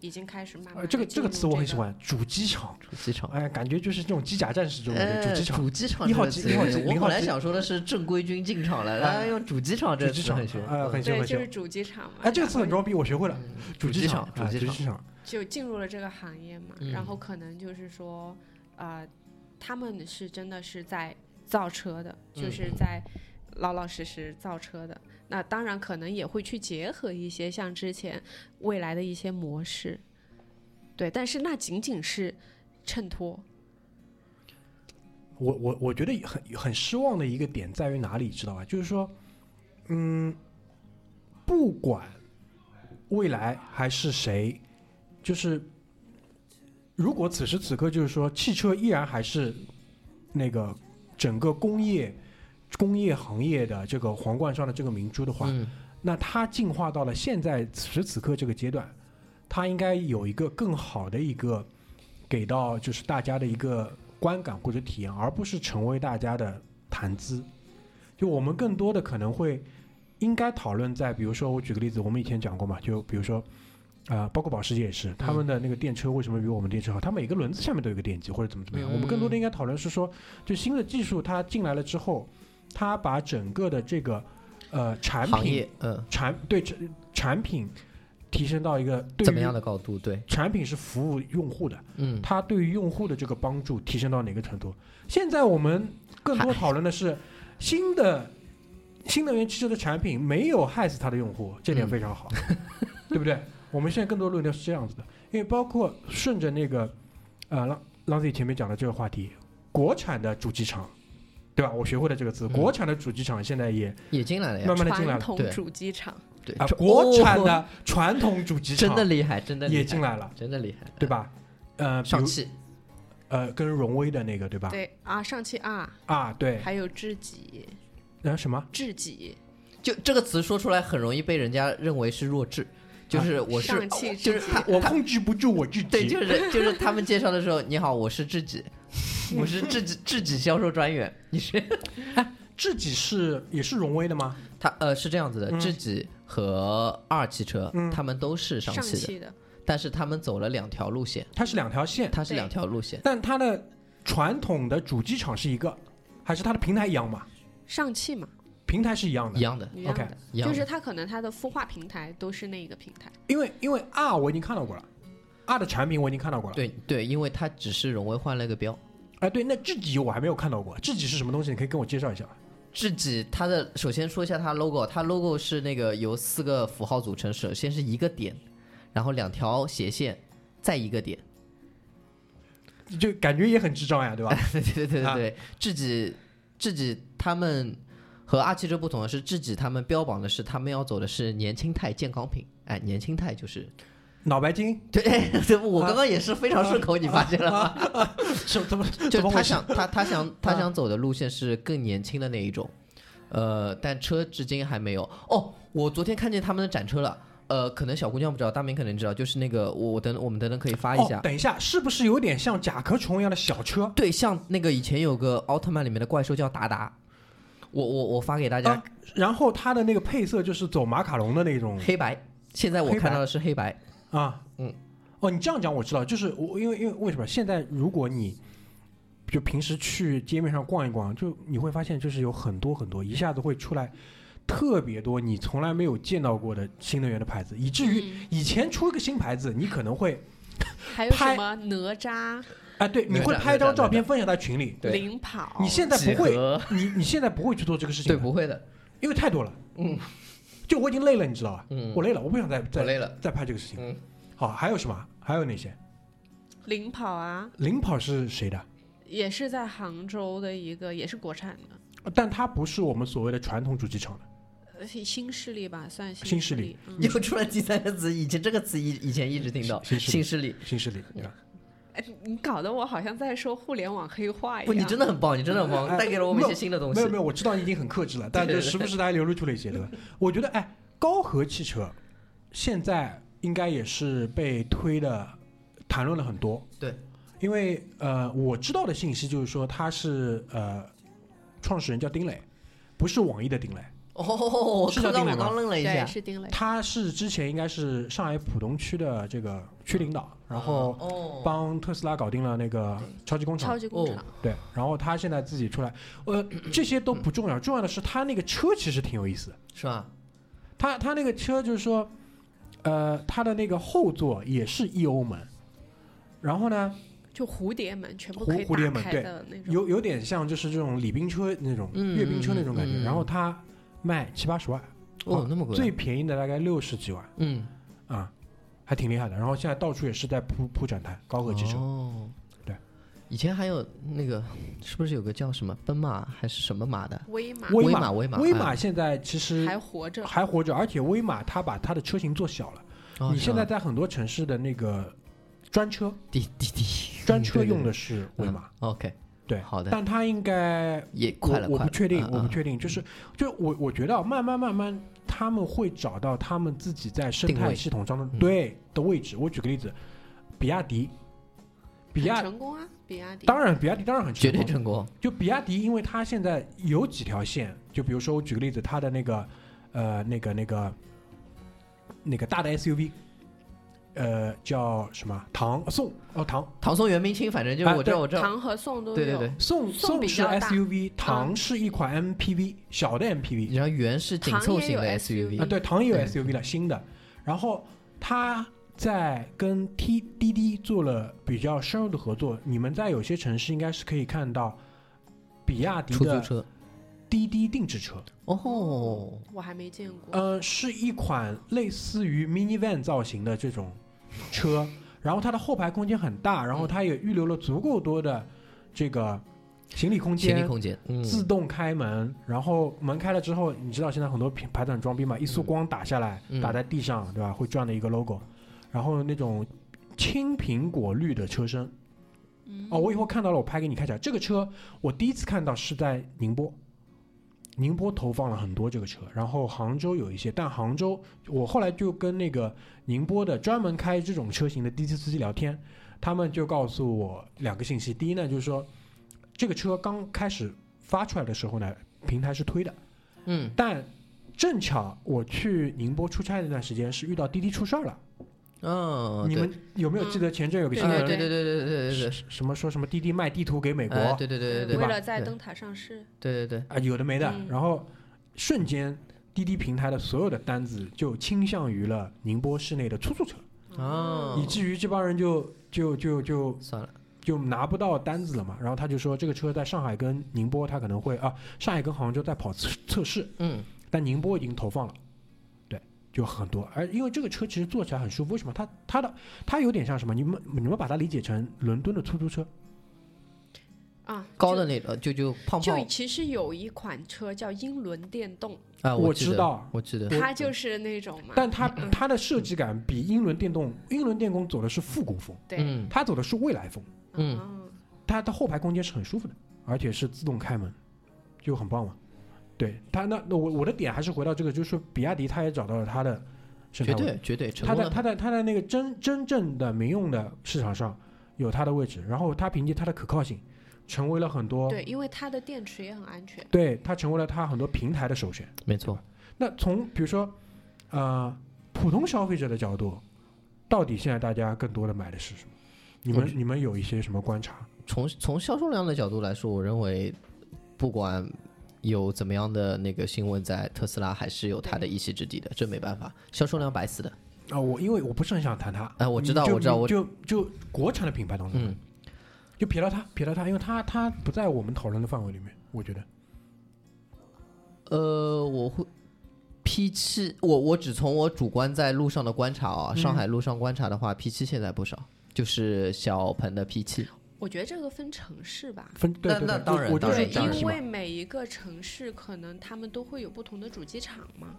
Speaker 4: 已经开始慢慢
Speaker 2: 呃，
Speaker 4: 地
Speaker 2: 这个
Speaker 4: 进
Speaker 2: 这
Speaker 4: 入
Speaker 2: 个
Speaker 4: 个
Speaker 2: 词我很喜。欢，主机厂，
Speaker 3: 主
Speaker 2: [LAUGHS]
Speaker 3: 机厂。
Speaker 2: 哎，感觉就是这种机甲战士这种感觉，
Speaker 3: 哎
Speaker 2: 呃主机厂，
Speaker 3: 主机厂
Speaker 2: 一号
Speaker 3: 这个
Speaker 2: 机
Speaker 3: 词
Speaker 2: 一号机
Speaker 3: 我
Speaker 2: 零号
Speaker 3: 本来
Speaker 2: 机
Speaker 3: 想说的是正规军进场来了，
Speaker 2: 哎
Speaker 3: 哎用主机厂
Speaker 2: 主
Speaker 3: 这个
Speaker 2: 机
Speaker 3: 词
Speaker 2: 厂
Speaker 3: 很凶，，嗯
Speaker 2: 呃，很凶
Speaker 4: 对，
Speaker 2: 很
Speaker 4: 就
Speaker 2: 凶
Speaker 4: 是，主机厂嘛。
Speaker 2: 哎，这个词很
Speaker 4: 然后
Speaker 2: 装逼，我学会了，主
Speaker 3: 主
Speaker 2: 机
Speaker 3: 机
Speaker 2: 厂
Speaker 3: 厂，
Speaker 2: 哎
Speaker 3: 嗯主
Speaker 2: 主
Speaker 3: 机
Speaker 2: 机厂，
Speaker 4: 就进入了这个行业嘛，
Speaker 3: 嗯
Speaker 4: 然后可能就是说，呃，他们是真的是在造车的，就是在老老实实造车的。那当然可能也会去结合一些像之前未来的一些模式，对，但是那仅仅是衬托，
Speaker 2: 我我我觉得很很失望的一个点在于哪里，知道吧？就是说，嗯，不管未来还是谁，就是如果此时此刻就是说汽车依然还是那个整个工业工业行业的这个皇冠上的这个明珠的话，
Speaker 3: 嗯，
Speaker 2: 那它进化到了现在此时此刻这个阶段，它应该有一个更好的一个给到就是大家的一个观感或者体验，而不是成为大家的谈资。就我们更多的可能会应该讨论在，比如说我举个例子，我们以前讲过嘛，就比如说。啊、包括保时捷也是，他们的那个电车为什么比我们电车好？它每个轮子下面都有一个电机，或者怎么怎么样。我们更多的应该讨论是说，就新的技术它进来了之后，它把整个的这个呃产
Speaker 3: 行
Speaker 2: 品
Speaker 3: 业，嗯，
Speaker 2: 产对产产品提升到一个对
Speaker 3: 怎么样
Speaker 2: 的
Speaker 3: 的高度？对，
Speaker 2: 产品是服务用户的，
Speaker 3: 嗯，
Speaker 2: 它对于用户的这个帮助提升到哪个程度？现在我们更多讨论的是新的新能源汽车的产品没有害死它的用户，这点
Speaker 3: 嗯
Speaker 2: 非常好， [LAUGHS] 对不对？我们现在更多论调是这样子的，因为包括顺着那个呃浪浪子前面讲的这个话题，国产的主机厂，对吧？我学会了这个词，
Speaker 3: 嗯
Speaker 2: 国产的主机厂现在也
Speaker 3: 也进来了呀
Speaker 2: 慢，慢的进来了。
Speaker 4: 传统
Speaker 3: 对
Speaker 4: 主机厂，
Speaker 3: 对
Speaker 2: 啊，
Speaker 3: 这
Speaker 2: 国产
Speaker 3: 哦
Speaker 2: 的传统主机厂
Speaker 3: 真的厉害，真的厉害
Speaker 2: 也进，来了，
Speaker 3: 真的厉害，
Speaker 2: 对？吧？呃，比
Speaker 3: 上
Speaker 2: 如
Speaker 3: 汽，
Speaker 2: 呃，跟荣威的那个对吧？
Speaker 4: 对啊，上汽 R
Speaker 2: 啊，对，
Speaker 4: 还有智己，
Speaker 2: 然呃后什么？
Speaker 4: 智己
Speaker 3: 就这个词说出来很容易被人家认为是弱智，就是我是
Speaker 4: 上汽
Speaker 3: 就是
Speaker 4: 智己
Speaker 3: 他
Speaker 2: 啊我控制不住我自己。
Speaker 3: 对，就是就是他们介绍的时候，你好，我是智
Speaker 4: [LAUGHS]
Speaker 3: 己，我是智己智己销售专员，
Speaker 2: [LAUGHS]
Speaker 3: 你是
Speaker 2: 自己是也是荣威的吗？
Speaker 3: 他呃是这样子的，
Speaker 2: 嗯
Speaker 3: 智己和二汽车
Speaker 2: 嗯
Speaker 3: 他们都是上
Speaker 4: 上
Speaker 3: 汽的，
Speaker 4: 汽的，
Speaker 3: 但是他们走了两条路线，
Speaker 2: 它是两条线，
Speaker 3: 它是
Speaker 4: 对
Speaker 3: 两条路线，
Speaker 2: 但它的传统的主机厂是一个，还是它的平台一样嘛？
Speaker 4: 上汽嘛，
Speaker 2: 平台是一样
Speaker 3: 一
Speaker 2: 的，
Speaker 3: 样的，
Speaker 4: 一样
Speaker 2: OK，
Speaker 4: 的，
Speaker 3: 一样
Speaker 4: 就
Speaker 3: 的。
Speaker 4: 是它可能它的孵化平台都是那一个平台。
Speaker 2: 因为因为 R 我已经看到过了，R 的产品我已经看到过了。，
Speaker 3: 对对，因为它只是荣威换了个标，
Speaker 2: 哎，对，那自己我还没有看到过，自己是什么东西？你可以跟我介绍一下吗。
Speaker 3: 智己它的首先说一下它 logo，它 logo 是那个由四个符号组成，首先是一个点，然后两条斜线，再一个点。 [LAUGHS]
Speaker 2: 就感觉也很智障呀，对吧？
Speaker 3: 对对对对对，智己智己他们和阿汽车不同的是，智己他们标榜的是他们要走的是年轻态健康品，哎，年轻态就是
Speaker 2: 脑白金，
Speaker 3: 对， [LAUGHS] 对我刚刚也是非常顺口，你发现了吗？
Speaker 2: 什么怎么 [LAUGHS] 怎
Speaker 3: 就是
Speaker 2: 么
Speaker 3: 他
Speaker 2: 回事？嗯
Speaker 3: 想他
Speaker 2: [LAUGHS]
Speaker 3: 他想他想走的路线是更年轻的那一种，呃，但车至今还没有。哦，我昨天看见他们的展车了。呃，可能小姑娘不知道，大明可能知道，就是那个我我等我们等等可以发一下
Speaker 2: 哦。，等一下，是不是有点像甲壳虫一样的小车？
Speaker 3: 对，像那个以前有个奥特曼里面的怪兽叫达达，我我我发给大家
Speaker 2: 啊然后它的那个配色就是走马卡龙的那种
Speaker 3: 黑白。现在我
Speaker 2: 哦黑白
Speaker 3: 看到的是黑白，
Speaker 2: 啊，
Speaker 3: 嗯，
Speaker 2: 哦，你这样讲我知道，就是我因为因为为什么现在如果你就平时去街面上逛一逛，就你会发现就是有很多很多一下子会出来特别多你从来没有见到过的新能源的牌子，以至于
Speaker 4: 嗯
Speaker 2: 以前出一个新牌子，你可能会
Speaker 4: 还有
Speaker 2: 拍
Speaker 4: 什么哪吒、
Speaker 2: 哎，对，你会
Speaker 3: 哪吒
Speaker 2: 拍一张
Speaker 3: 哪吒
Speaker 2: 照片分享在群里，
Speaker 3: 对
Speaker 4: 领跑？
Speaker 2: 你现在不
Speaker 3: 哦几
Speaker 2: 会，
Speaker 3: 何
Speaker 2: 你你现在不会去做这个事情
Speaker 3: 对，
Speaker 2: 的，
Speaker 3: 不会的，
Speaker 2: 因为太多了。
Speaker 3: 嗯，
Speaker 2: 就我已经累了，你知道吧？
Speaker 3: 嗯
Speaker 2: 我累了，我不想再
Speaker 3: 我
Speaker 2: 再
Speaker 3: 累
Speaker 2: [LAUGHS]
Speaker 3: 了，
Speaker 2: 再拍这个事情。
Speaker 3: 嗯
Speaker 2: 好，还有什么？还有哪些？
Speaker 4: 领跑啊，
Speaker 2: 领跑是谁的？
Speaker 4: 也是在杭州的一个，也是国产的，
Speaker 2: 但它不是我们所谓的传统主机厂的。
Speaker 4: 呃新势力吧，算
Speaker 2: 新势
Speaker 4: 势
Speaker 2: 力。
Speaker 4: 嗯
Speaker 3: 又出了第三个词，以前这个词以以前一直听到，
Speaker 2: 新势力
Speaker 3: 新势力，
Speaker 2: 新势力，对吧？
Speaker 4: 哎，你搞得我好像在说互联网黑化一
Speaker 3: 不，
Speaker 4: 样。
Speaker 3: 你真的很棒，你真的很棒，
Speaker 2: 哎
Speaker 3: 带给了我们一些新的东
Speaker 2: 没
Speaker 3: 西
Speaker 2: 有。没有，我知道你已经很克制了，但就时不时的还流露出了一些，对吧？我觉得，哎，高和汽车现在应该也是被推的，谈论了很多。
Speaker 3: 对，
Speaker 2: 因为呃，我知道的信息就是说，他是呃，创始人叫丁磊，不是网易的丁磊，
Speaker 3: 哦，我
Speaker 2: 是
Speaker 3: 刚
Speaker 2: 叫丁磊
Speaker 3: 刚我
Speaker 2: 吗
Speaker 3: 刚愣了一
Speaker 4: 对，
Speaker 3: 下，
Speaker 4: 是丁磊。
Speaker 2: 他是之前应该是上海浦东区的这个区领导，然后
Speaker 3: 哦，
Speaker 2: 帮特斯拉搞定了那个超级工厂
Speaker 4: 超。级工厂、
Speaker 2: 对，然后他现在自己出来，呃，这些都不重要，重要的是他那个车其实挺有意思的。
Speaker 3: 是吧？
Speaker 2: 他他那个车就是说，呃，他的那个后座也是一欧门，然后呢，
Speaker 4: 就蝴蝶门全部
Speaker 2: 蝴
Speaker 4: 可以
Speaker 2: 蝴蝶
Speaker 4: 打
Speaker 2: 门
Speaker 4: 开
Speaker 2: 对
Speaker 4: 的那种，
Speaker 2: 有有点像就是这种礼宾车那种
Speaker 3: 嗯
Speaker 2: 阅兵车那种感觉，
Speaker 3: 嗯嗯
Speaker 2: 然后他卖七八十万，
Speaker 3: 哦，那么贵，
Speaker 2: 最便宜的大概六十几万
Speaker 3: 嗯，
Speaker 2: 啊，还挺厉害的。然后现在到处也是在铺铺展台，高
Speaker 3: 高
Speaker 2: 额汽车，
Speaker 3: 哦，
Speaker 2: 对，
Speaker 3: 以前还有那个是不是有个叫什么奔马还是什么马的？
Speaker 4: 威马
Speaker 2: 威
Speaker 3: 马，
Speaker 2: 马
Speaker 3: 威马，
Speaker 2: 威
Speaker 3: 哎
Speaker 2: 马现在其实
Speaker 4: 还活着，
Speaker 2: 还活着，而且威马它把它的车型做小了。
Speaker 3: 哦
Speaker 2: 你
Speaker 3: 是嗯
Speaker 2: 现
Speaker 3: 吗
Speaker 2: 在在很多城市的那个专车，
Speaker 3: 滴滴嗯滴
Speaker 2: 专车用的
Speaker 3: 是
Speaker 2: 是威马，
Speaker 3: 哦 OK，
Speaker 2: 对，
Speaker 3: 好的
Speaker 2: 但它应该
Speaker 3: 也
Speaker 2: 我
Speaker 3: 快了，
Speaker 2: 我
Speaker 3: 快
Speaker 2: 不
Speaker 3: 了
Speaker 2: 确定
Speaker 3: 嗯，
Speaker 2: 我不
Speaker 3: 嗯
Speaker 2: 确定，就是就我我觉得啊慢慢慢慢他们会找到他们自己在生
Speaker 3: 定
Speaker 2: 态
Speaker 3: 位
Speaker 2: 系统当中
Speaker 3: 嗯
Speaker 2: 对的位置。我举个例子，比亚迪，比
Speaker 4: 很
Speaker 2: 亚
Speaker 4: 成功啊，比亚迪
Speaker 2: 当然比亚迪当然很
Speaker 3: 绝
Speaker 2: 成
Speaker 3: 对
Speaker 2: 功，
Speaker 3: 成功。
Speaker 2: 就比亚迪，因为它现在有几条线，就比如说我举个例子，它的那个呃那个那个那个大的 SUV，呃叫什么唐宋哦唐
Speaker 3: 唐宋元明清，反正就是
Speaker 2: 啊
Speaker 3: 我知道，我知道，
Speaker 4: 唐和宋都有，
Speaker 3: 对对对，
Speaker 2: 宋
Speaker 4: 宋比
Speaker 2: 是
Speaker 4: 较大嗯
Speaker 2: SUV，唐是一款 MPV 小的 MPV
Speaker 3: 然后元是紧凑型
Speaker 4: 唐也
Speaker 3: 的
Speaker 4: 有
Speaker 3: SUV，
Speaker 4: SUV
Speaker 2: 啊，对，唐也有
Speaker 3: 对
Speaker 2: SUV 了新的，然后它在跟 T 滴滴做了比较深入的合作，你们在有些城市应该是可以看到比亚迪
Speaker 3: 出租
Speaker 2: 的
Speaker 3: 车。
Speaker 2: 滴滴定制车。
Speaker 3: 哦，
Speaker 4: 我还没见过，
Speaker 2: 呃，是一款类似于 minivan 造型的这种 [LAUGHS] 车，然后它的后排空间很大，然后它也预留了足够多的这个行李空
Speaker 3: 潜力
Speaker 2: 间，
Speaker 3: 空间，嗯，
Speaker 2: 自动开门，然后门开了之后，你知道现在很多品牌都很装逼嘛，一束光打下来，
Speaker 3: 嗯
Speaker 2: 打在地上，对吧？会转的一个 logo，然后那种青苹果绿的车身，哦，我以后看到了，我拍给你看一下。这个车我第一次看到是在宁波，宁波投放了很多这个车，然后杭州有一些，但杭州我后来就跟那个宁波的专门开这种车型的滴滴司机聊天，他们就告诉我两个信息，第一呢就是说这个车刚开始发出来的时候呢，平台是推的，
Speaker 3: 嗯，
Speaker 2: 但正巧我去宁波出差的那段时间是遇到滴滴出事儿了，
Speaker 3: 嗯，
Speaker 2: 你们有没有记得前阵有个
Speaker 3: 对啊
Speaker 2: 新
Speaker 4: 嗯
Speaker 2: 闻？
Speaker 3: 对对对对对对对
Speaker 2: 是
Speaker 3: 对
Speaker 2: 是什么说什么滴滴卖地图给美国，
Speaker 3: 哎，对对对对对
Speaker 4: 为
Speaker 2: 吧
Speaker 4: 了在
Speaker 3: 对
Speaker 4: 灯塔上市，
Speaker 3: 对对对，
Speaker 2: 啊，有的没的，
Speaker 4: 嗯
Speaker 2: 然后瞬间滴滴平台的所有的单子就倾向于了宁波市内的出租车，
Speaker 4: 嗯
Speaker 3: 哦
Speaker 2: 以至于这帮人就就就就
Speaker 3: 算了，
Speaker 2: 就拿不到单子了嘛。然后他就说，这个车在上海跟宁波，他可能会啊，上海跟杭州在跑测测试，
Speaker 3: 嗯，
Speaker 2: 但宁波已经投放了，对，就很多。而因为这个车其实坐起来很舒服，为什么？它它的它有点像什么？你们你们把它理解成伦敦的出租车，
Speaker 4: 啊，
Speaker 3: 高
Speaker 4: 就
Speaker 3: 的那个就就胖胖
Speaker 4: 就其实有一款车叫英伦电动，
Speaker 3: 啊，
Speaker 2: 我
Speaker 3: 记
Speaker 2: 知
Speaker 3: 得
Speaker 2: 道
Speaker 3: 我记得，
Speaker 4: 它就是那种嘛，
Speaker 2: 但它它的设计感比英伦电动，英伦电工走的是复古风，
Speaker 4: 对，
Speaker 3: 嗯，
Speaker 2: 它走的是未来风。
Speaker 3: 嗯
Speaker 4: 啊，
Speaker 2: 它的后排空间是很舒服的，而且是自动开门，就很棒嘛。对它那那我我的点还是回到这个，就是说比亚迪它也找到了它的生态
Speaker 3: 绝
Speaker 2: 位
Speaker 3: 对绝对成
Speaker 2: 它
Speaker 3: 功
Speaker 2: 在
Speaker 3: 的，
Speaker 2: 它在它在那个真真正的民用的市场上有它的位置，然后它凭借它的可靠性，成为了很多
Speaker 4: 对，因为它的电池也很安全，
Speaker 2: 对它成为了它很多平台的首选。
Speaker 3: 没错，
Speaker 2: 那从比如说呃普通消费者的角度，到底现在大家更多的买的是什么？你
Speaker 3: 我
Speaker 2: 们
Speaker 3: 觉
Speaker 2: 你们有一些什么观察？
Speaker 3: 从从销售量的角度来说，我认为不管有怎么样的那个新闻在，特斯拉还是有它的一席之地的，这没办法，销售量白死的。
Speaker 2: 啊、我因为我不是很想谈它。
Speaker 3: 哎我知
Speaker 2: 你
Speaker 3: 道
Speaker 2: 就
Speaker 3: 我知道
Speaker 2: 你
Speaker 3: 我
Speaker 2: 就就国产的品牌当中，
Speaker 3: 嗯，
Speaker 2: 就撇了它，撇了它，因为它它不在我们讨论的范围里面，我觉得。
Speaker 3: 呃，我会 P 七，我我只从我主观在路上的观察啊，上海路上观察的话，P 七现在不少。就是小鹏的 P 七，
Speaker 4: 我觉得这个分城市吧。
Speaker 2: 分对
Speaker 3: 那
Speaker 2: 对
Speaker 3: 那
Speaker 2: 对
Speaker 3: 当然
Speaker 2: 我就
Speaker 3: 当
Speaker 4: 对，
Speaker 2: 是
Speaker 3: 然当然
Speaker 2: 提
Speaker 4: 因
Speaker 2: 嘛
Speaker 4: 为每一个城市可能他们都会有不同的主机厂嘛，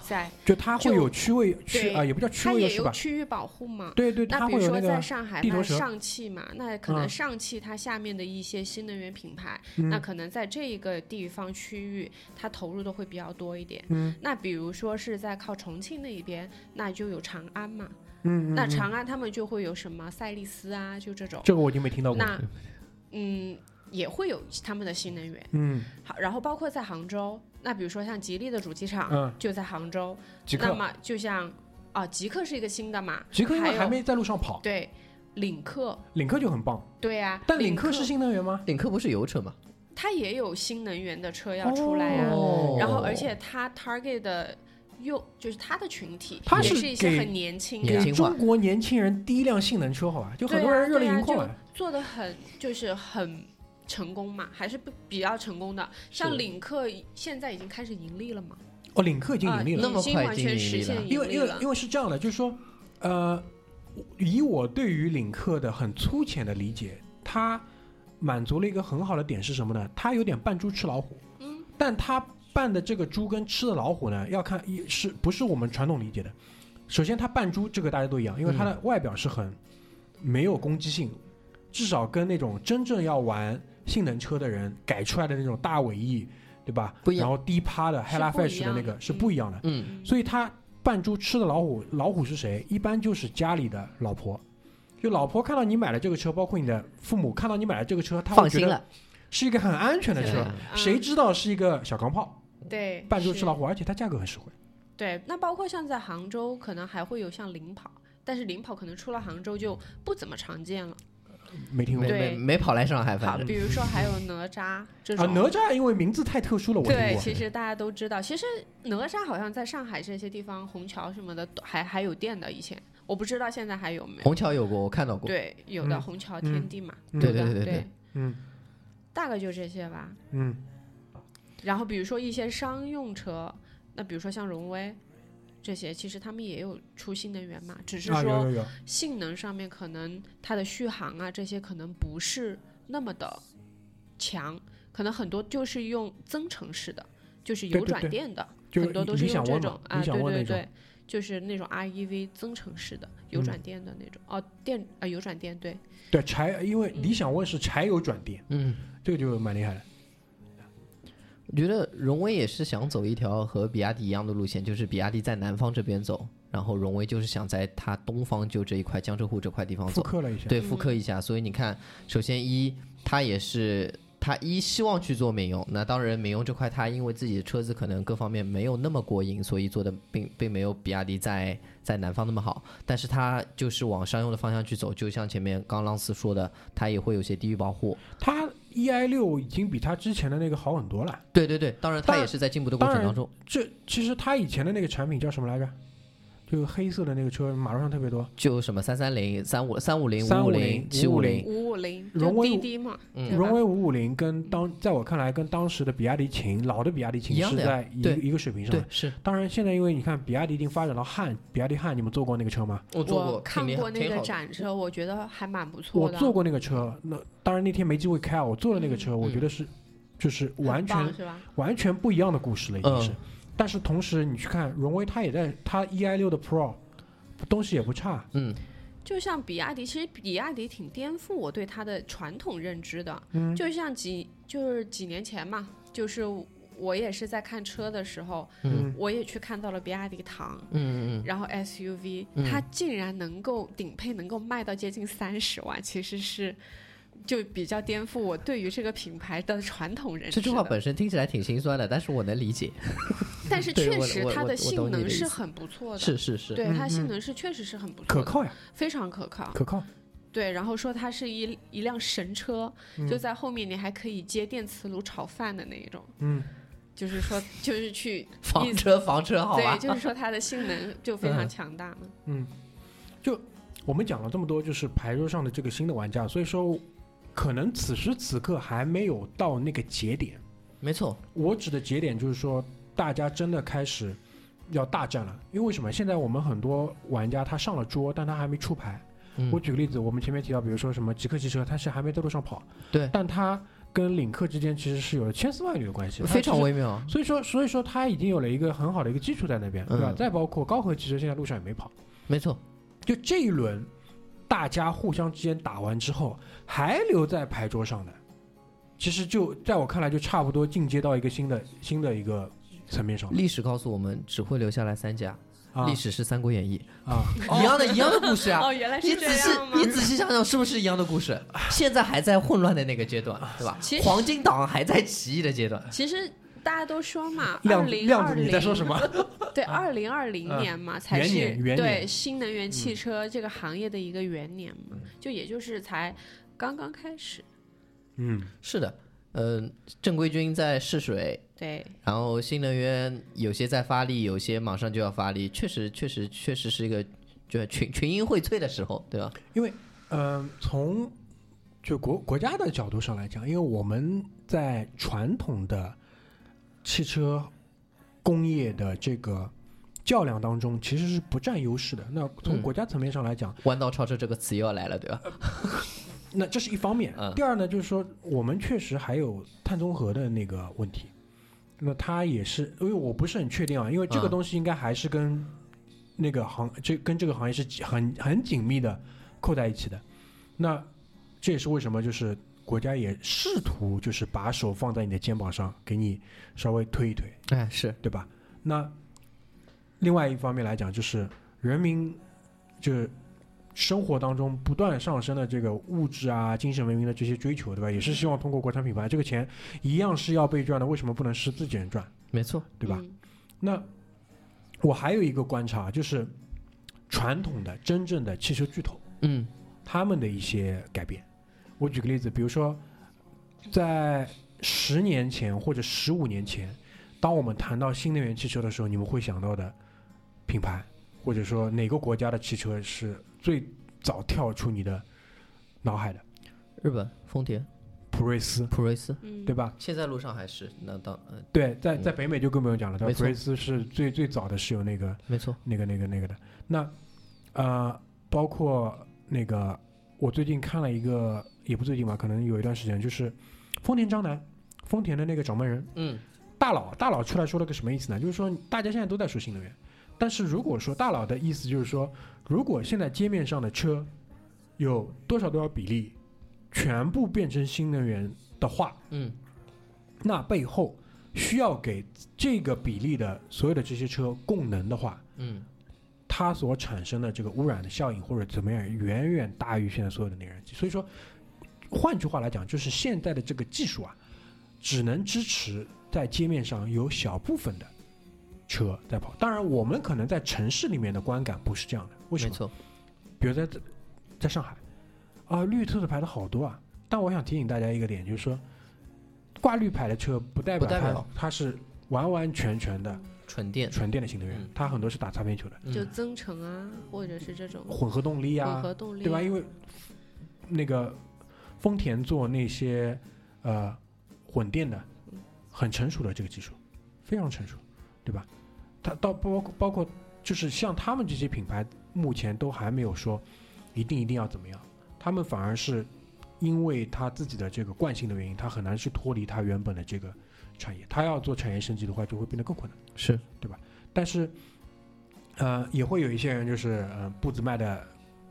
Speaker 4: 在
Speaker 2: 就它会有区位区
Speaker 4: 对
Speaker 2: 啊，也不叫区
Speaker 4: 它
Speaker 2: 位优
Speaker 4: 也
Speaker 2: 势
Speaker 4: 有
Speaker 2: 吧？
Speaker 4: 区域保护嘛。
Speaker 2: 对对，
Speaker 4: 那
Speaker 2: 它
Speaker 4: 比
Speaker 2: 会
Speaker 4: 如
Speaker 2: 有
Speaker 4: 说
Speaker 2: 那
Speaker 4: 在
Speaker 2: 个
Speaker 4: 上海
Speaker 2: 地头
Speaker 4: 卖
Speaker 2: 蛇
Speaker 4: 上汽嘛，那可能
Speaker 2: 嗯
Speaker 4: 上汽它下面的一些新能源品牌，
Speaker 2: 嗯
Speaker 4: 那可能在这一个地方区域，它投入的会比较多一点。
Speaker 2: 嗯
Speaker 4: 那比如说是在靠重庆那一边，那就有长安嘛，
Speaker 2: 嗯，嗯
Speaker 4: 那
Speaker 2: 嗯
Speaker 4: 长安他们就会有什么赛力斯啊，就这种。
Speaker 2: 这个我已经没听到过。
Speaker 4: 那嗯，也会有他们的新能源。
Speaker 2: 嗯
Speaker 4: 好，然后包括在杭州，那比如说像吉利的主机厂、
Speaker 2: 嗯，
Speaker 4: 就在杭州，
Speaker 2: 极
Speaker 4: 那
Speaker 2: 客
Speaker 4: 么就像啊，极客是一个新的嘛，
Speaker 2: 极客因
Speaker 4: 还
Speaker 2: 为还
Speaker 4: 有
Speaker 2: 没在路上跑，
Speaker 4: 对，领克，
Speaker 2: 领克就很棒，
Speaker 4: 对啊，
Speaker 2: 但
Speaker 4: 领
Speaker 2: 领克是新能源吗？
Speaker 3: 领克不是油车嘛？
Speaker 4: 它也有新能源的车要出来啊呀、
Speaker 3: 哦
Speaker 4: 然后而且它 target 的用就是它的群体，
Speaker 2: 它
Speaker 4: 也
Speaker 2: 是
Speaker 4: 是一些
Speaker 2: 给
Speaker 4: 很年轻
Speaker 3: 年
Speaker 4: 的
Speaker 3: 轻。
Speaker 2: 给中国年轻人第一辆性能车，好吧，就很
Speaker 4: 对
Speaker 2: 多
Speaker 4: 啊
Speaker 2: 人热泪
Speaker 4: 对啊
Speaker 2: 盈眶
Speaker 4: 就
Speaker 2: 了。
Speaker 4: 做的很就是很成功嘛，还是不比较成功的。像领克现在已经开始盈利了嘛，
Speaker 2: 哦，领克已经盈利了
Speaker 4: 啊，
Speaker 3: 那么
Speaker 4: 经
Speaker 3: 快
Speaker 4: 完
Speaker 3: 已经
Speaker 4: 全
Speaker 3: 盈利
Speaker 4: 实
Speaker 3: 了
Speaker 4: 现
Speaker 2: 因
Speaker 4: 盈
Speaker 2: 为
Speaker 4: 利
Speaker 2: 因为
Speaker 4: 了
Speaker 2: 因。为是这样的，就是说，呃，以我对于领克的很粗浅的理解，它满足了一个很好的点是什么呢？它有点扮猪吃老虎，
Speaker 4: 嗯，
Speaker 2: 但它扮的这个猪跟吃的老虎呢，要看一是不是我们传统理解的。首先，它扮猪这个大家都一样，因为它的外表是很没有攻击性，至少跟那种真正要玩性能车的人改出来的那种大尾翼，对吧？
Speaker 3: 不一样
Speaker 2: 然后低趴的 h e l l a
Speaker 4: 不一
Speaker 2: Fetch 的那
Speaker 4: 样
Speaker 2: 个
Speaker 4: 的
Speaker 2: 是不一样的。
Speaker 3: 嗯，
Speaker 2: 所以他扮猪吃的老虎，老虎是谁？一般就是家里的老婆，就老婆看到你买了这个车，包括你的父母看到你买了这个车，他
Speaker 3: 放
Speaker 2: 会觉
Speaker 3: 心
Speaker 2: 得
Speaker 3: 了，
Speaker 2: 是一个很安全的车
Speaker 3: 对。
Speaker 2: 谁知道是一个小钢炮，
Speaker 4: 嗯啊对
Speaker 2: 扮猪吃
Speaker 4: 是
Speaker 2: 老虎，而且它价格很实惠。
Speaker 4: 对，那包括像在杭州，可能还会有像领跑，但是领跑可能出了杭州就不怎么常见了。
Speaker 2: 没听
Speaker 3: 没
Speaker 2: 过
Speaker 4: 对
Speaker 3: 没没跑来上海，
Speaker 4: 好
Speaker 3: 反，正
Speaker 4: 比如说还有哪吒这
Speaker 2: 啊？
Speaker 4: 种。
Speaker 2: 哪吒因为名字太特殊了，我听
Speaker 4: 对，
Speaker 2: 过。
Speaker 4: 其实大家都知道，其实哪吒好像在上海这些地方，虹桥什么的都还还有店的。以前我不知道现在还有没有。
Speaker 3: 虹桥有过，我看到过。
Speaker 4: 对，有的
Speaker 2: 嗯
Speaker 4: 虹
Speaker 2: 嗯
Speaker 4: 桥天地嘛，
Speaker 2: 嗯
Speaker 4: 对
Speaker 3: 对
Speaker 4: 吧？
Speaker 3: 对对对
Speaker 4: 对，
Speaker 2: 嗯
Speaker 4: 大概就这些吧。
Speaker 2: 嗯，
Speaker 4: 然后比如说一些商用车，那比如说像荣威这些，其实他们也有出新能源嘛，只是
Speaker 2: 啊有
Speaker 4: 说
Speaker 2: 有有，
Speaker 4: 性能上面可能它的续航啊这些可能不是那么的强，可能很多就是用增程式的，就是
Speaker 2: 对
Speaker 4: 油
Speaker 2: 对
Speaker 4: 转
Speaker 2: 对
Speaker 4: 电的，
Speaker 2: 就是
Speaker 4: 很多
Speaker 2: 你
Speaker 4: 都是
Speaker 2: 你想
Speaker 4: 用这
Speaker 2: 问
Speaker 4: 种
Speaker 2: 嘛？
Speaker 4: 啊，
Speaker 2: 你想
Speaker 4: 对
Speaker 2: 问
Speaker 4: 对
Speaker 2: 那种
Speaker 4: 对，就是那种 REV 增程式的油
Speaker 2: 嗯
Speaker 4: 转电的那种，哦电啊油转电对，
Speaker 2: 对柴，因为
Speaker 4: 嗯
Speaker 2: 理想 ONE 是柴油转电，
Speaker 3: 嗯，
Speaker 2: 这个就蛮厉害的。
Speaker 3: 我觉得荣威也是想走一条和比亚迪一样的路线，就是比亚迪在南方这边走，然后荣威就是想在它东方就这一块江浙沪这块地方
Speaker 2: 复
Speaker 3: 走，
Speaker 2: 刻了一下，
Speaker 3: 对，
Speaker 4: 嗯
Speaker 3: 复刻一下。所以你看，首先一，它也是。它一希望去做美容，那当然美容这块，它因为自己的车子可能各方面没有那么过硬，所以做的并并没有比亚迪在在南方那么好。但是它就是往商用的方向去走，就像前面刚浪斯说的，它也会有些地域保护，
Speaker 2: 它 EI 六已经比它之前的那个好很多了。
Speaker 3: 对对对，当然
Speaker 2: 当
Speaker 3: 它也
Speaker 2: 然
Speaker 3: 是在进步的过程
Speaker 2: 当然
Speaker 3: 当中。
Speaker 2: 这其实它以前的那个产品叫什么来着？就黑色的那个车，马路上特别多。
Speaker 3: 就什么三三零、三五三五零、五
Speaker 2: 350
Speaker 3: 零、七五零，
Speaker 4: 五五零
Speaker 2: 荣
Speaker 4: 就
Speaker 2: 威
Speaker 4: 滴
Speaker 2: 五
Speaker 4: 滴嘛，
Speaker 3: 嗯
Speaker 4: 对吧
Speaker 2: 荣威五五零跟当在我看来跟当时的比亚迪秦，老的比亚迪秦
Speaker 3: 一样
Speaker 2: 是
Speaker 3: 的呀
Speaker 2: 在一
Speaker 3: 对
Speaker 2: 一个水平上
Speaker 3: 对
Speaker 2: 的。
Speaker 3: 是，
Speaker 2: 当然，现在因为你看比亚迪已经发展到汉，比亚迪汉，你们坐过那个车吗？
Speaker 3: 我
Speaker 4: 我看
Speaker 3: 挺
Speaker 4: 过
Speaker 3: 厉害
Speaker 4: 那个
Speaker 3: 挺好的
Speaker 4: 展车，我觉得还蛮不错
Speaker 2: 我
Speaker 4: 的，
Speaker 2: 坐过那个车，那当然那天没机会开啊。我坐了那个车，
Speaker 3: 嗯
Speaker 2: 我觉得是就是完
Speaker 4: 很棒
Speaker 2: 全
Speaker 4: 是吧？
Speaker 2: 完全不一样的故事了，已经是
Speaker 3: 嗯。
Speaker 2: 但是同时你去看荣威，它也在它 EI 六的 Pro 东西也不差，
Speaker 3: 嗯，
Speaker 4: 就像比亚迪，其实比亚迪挺颠覆我对它的传统认知的。
Speaker 2: 嗯
Speaker 4: 就像几就是几年前嘛，就是我也是在看车的时候，
Speaker 3: 嗯
Speaker 4: 我也去看到了比亚迪唐，
Speaker 3: 嗯嗯
Speaker 4: 然后 SUV，、
Speaker 3: 嗯
Speaker 4: 它竟然能够顶配能够卖到接近三十万，其实是就比较颠覆我对于这个品牌的传统认
Speaker 3: 嗯，这
Speaker 4: 知的。
Speaker 3: 句话本身听起来挺心酸的，但是我能理解，
Speaker 4: 但是
Speaker 3: 对
Speaker 4: 确
Speaker 3: 我
Speaker 4: 实
Speaker 3: 我
Speaker 4: 它
Speaker 3: 我
Speaker 4: 的
Speaker 3: 我
Speaker 4: 性
Speaker 3: 懂你
Speaker 4: 能
Speaker 3: 的意
Speaker 4: 是
Speaker 3: 思
Speaker 4: 很不错的，
Speaker 3: 是是是，
Speaker 4: 对它
Speaker 2: 嗯
Speaker 4: 性
Speaker 2: 嗯
Speaker 4: 能是确实是很不错的，
Speaker 2: 可靠呀，
Speaker 4: 非常可靠。
Speaker 2: 可靠。
Speaker 4: 对，然后说它是一一辆神车，
Speaker 2: 嗯
Speaker 4: 就在后面你还可以接电磁炉炒饭的那一种，
Speaker 2: 嗯，
Speaker 4: [LAUGHS] 就是说就是
Speaker 2: [LAUGHS]
Speaker 4: 去
Speaker 3: 房
Speaker 4: 意思
Speaker 3: 车房车好吧
Speaker 4: 对，，就是说它的性能就非常
Speaker 3: 嗯
Speaker 4: 强大嘛。
Speaker 2: 我们讲了这么多，就是牌桌上的这个新的玩家，所以说可能此时此刻还没有到那个节点。
Speaker 3: 没错，
Speaker 2: 我指的节点就是说，大家真的开始要大战了。因为为什么？现在我们很多玩家他上了桌，但他还没出牌。
Speaker 3: 嗯
Speaker 2: 我举个例子，我们前面提到，比如说什么极客汽车，它是还没在路上跑，
Speaker 3: 对
Speaker 2: 但它跟领克之间其实是有千丝万缕的关系，它
Speaker 3: 非
Speaker 2: 其
Speaker 3: 常
Speaker 2: 实
Speaker 3: 微妙，
Speaker 2: 所以说，所以说它已经有了一个很好的一个基础在那边，对吧？
Speaker 3: 嗯
Speaker 2: 再包括高和汽车现在路上也没跑。
Speaker 3: 没错，
Speaker 2: 就这一轮，大家互相之间打完之后，还留在牌桌上的，其实就在我看来，就差不多进阶到一个新的新的一个层面上了
Speaker 3: 历史告诉我们只会留下来三家，
Speaker 2: 啊
Speaker 3: 历史是《三国演义
Speaker 2: 啊！》，
Speaker 3: [LAUGHS] 一样的一样的故事啊。
Speaker 4: 哦，原来
Speaker 3: 你
Speaker 4: 是这
Speaker 3: 仔细
Speaker 4: 样吗
Speaker 3: 你？仔细想想，是不是一样的故事？现在还在混乱的那个阶段，对吧
Speaker 4: 啊其？实
Speaker 3: 黄金党还在起义的阶段，
Speaker 4: 其实大家都说嘛，二
Speaker 2: 亮
Speaker 4: 零
Speaker 2: 亮
Speaker 4: 二
Speaker 2: 子，
Speaker 4: 零
Speaker 2: 你在说什
Speaker 4: [LAUGHS]
Speaker 2: 么？啊
Speaker 4: 对，二零二零
Speaker 2: 嗯
Speaker 4: 年嘛，才
Speaker 2: 元
Speaker 4: 是
Speaker 2: 年元
Speaker 4: 对
Speaker 2: 年嗯
Speaker 4: 新能源汽车这个行业的一个元年嘛，就也就是才刚刚开始。
Speaker 2: 嗯，
Speaker 3: 是的，嗯、正规军在试水，
Speaker 4: 对，
Speaker 3: 然后新能源有些在发力，有些马上就要发力，确实，确实，确实是一个就群群英荟萃的时候，对吧？
Speaker 2: 嗯、从就国国家的角度上来讲，因为我们在传统的汽车工业的这个较量当中，其实是不占优势的。那从
Speaker 3: 嗯
Speaker 2: 国家层面上来讲，
Speaker 3: 弯道超车这个词又要来了，对吧？
Speaker 2: 那这是一方面。
Speaker 3: 嗯
Speaker 2: 第二呢，就是说我们确实还有碳中和的那个问题，那它也是，因为我不是很确定啊，因为这个
Speaker 3: 嗯
Speaker 2: 东西应该还是跟那个行这跟这个行业是很很紧密的扣在一起的。那这也是为什么就是国家也试图就是把手放在你的肩膀上，给你稍微推一推。
Speaker 3: 哎，是
Speaker 2: 对吧？那另外一方面来讲，就是人民就是生活当中不断上升的这个物质啊、精神文明的这些追求，对吧？也是希望通过国产品牌，这个钱一样是要被赚的，为什么不能是自己人赚，
Speaker 3: 没错，
Speaker 2: 对吧？
Speaker 4: 嗯
Speaker 2: 那我还有一个观察，就是传统的真正的汽车巨头
Speaker 3: 嗯
Speaker 2: 他们的一些改变。我举个例子，比如说在十年前或者十五年前，当我们谈到新能源汽车的时候，你们会想到的品牌，或者说哪个国家的汽车是最早跳出你的脑海的？
Speaker 3: 日本丰田
Speaker 2: 普锐斯，
Speaker 3: 普锐斯，
Speaker 4: 嗯，
Speaker 2: 对吧？
Speaker 3: 现在路上还是那当呃
Speaker 2: 对，在
Speaker 3: 嗯
Speaker 2: 在北美就更不用讲了，对吧
Speaker 3: 没错
Speaker 2: 普锐斯是最最早的是有那个
Speaker 3: 没错，
Speaker 2: 那个、那个、那个的。那呃，包括那个，我最近看了一个，也不最近吧，可能有一段时间，就是丰田章男，丰田的那个掌门人
Speaker 3: 嗯
Speaker 2: 大佬，大佬出来说了个什么意思呢？就是说大家现在都在说新能源，但是如果说大佬的意思就是说，如果现在街面上的车有多少多少比例全部变成新能源的话，
Speaker 3: 嗯，
Speaker 2: 那背后需要给这个比例的所有的这些车供能的话，
Speaker 3: 嗯，
Speaker 2: 它所产生的这个污染的效应或者怎么样，远远大于现在所有的内燃机。所以说，换句话来讲，就是现在的这个技术啊，只能支持在街面上有小部分的车在跑。当然，我们可能在城市里面的观感不是这样的，为什
Speaker 3: 没
Speaker 2: 么？
Speaker 3: 错，
Speaker 2: 比如在在上海啊，绿车的牌的好多啊。但我想提醒大家一个点，就是说，挂绿牌的车不代表
Speaker 3: 不代
Speaker 2: 它
Speaker 3: 表
Speaker 2: 它是完完全全的
Speaker 3: 纯电，
Speaker 2: 纯电的新能源
Speaker 3: 嗯，
Speaker 2: 它很多是打擦边球的，
Speaker 4: 就
Speaker 3: 嗯
Speaker 4: 增程啊，或者是这种
Speaker 2: 混合动力啊
Speaker 4: 混，合动力、
Speaker 2: 对吧？因
Speaker 4: 为
Speaker 2: 为那个丰田做那些呃混电的，很成熟的这个技术，非常成熟，对吧？它到包括包括就是像他们这些品牌，目前都还没有说一定一定要怎么样，他们反而是因为他自己的这个惯性的原因，他很难去脱离他原本的这个产业，他要做产业升级的话，就会变得更困难。
Speaker 3: 是
Speaker 2: 但是，呃，也会有一些人就是呃步子迈的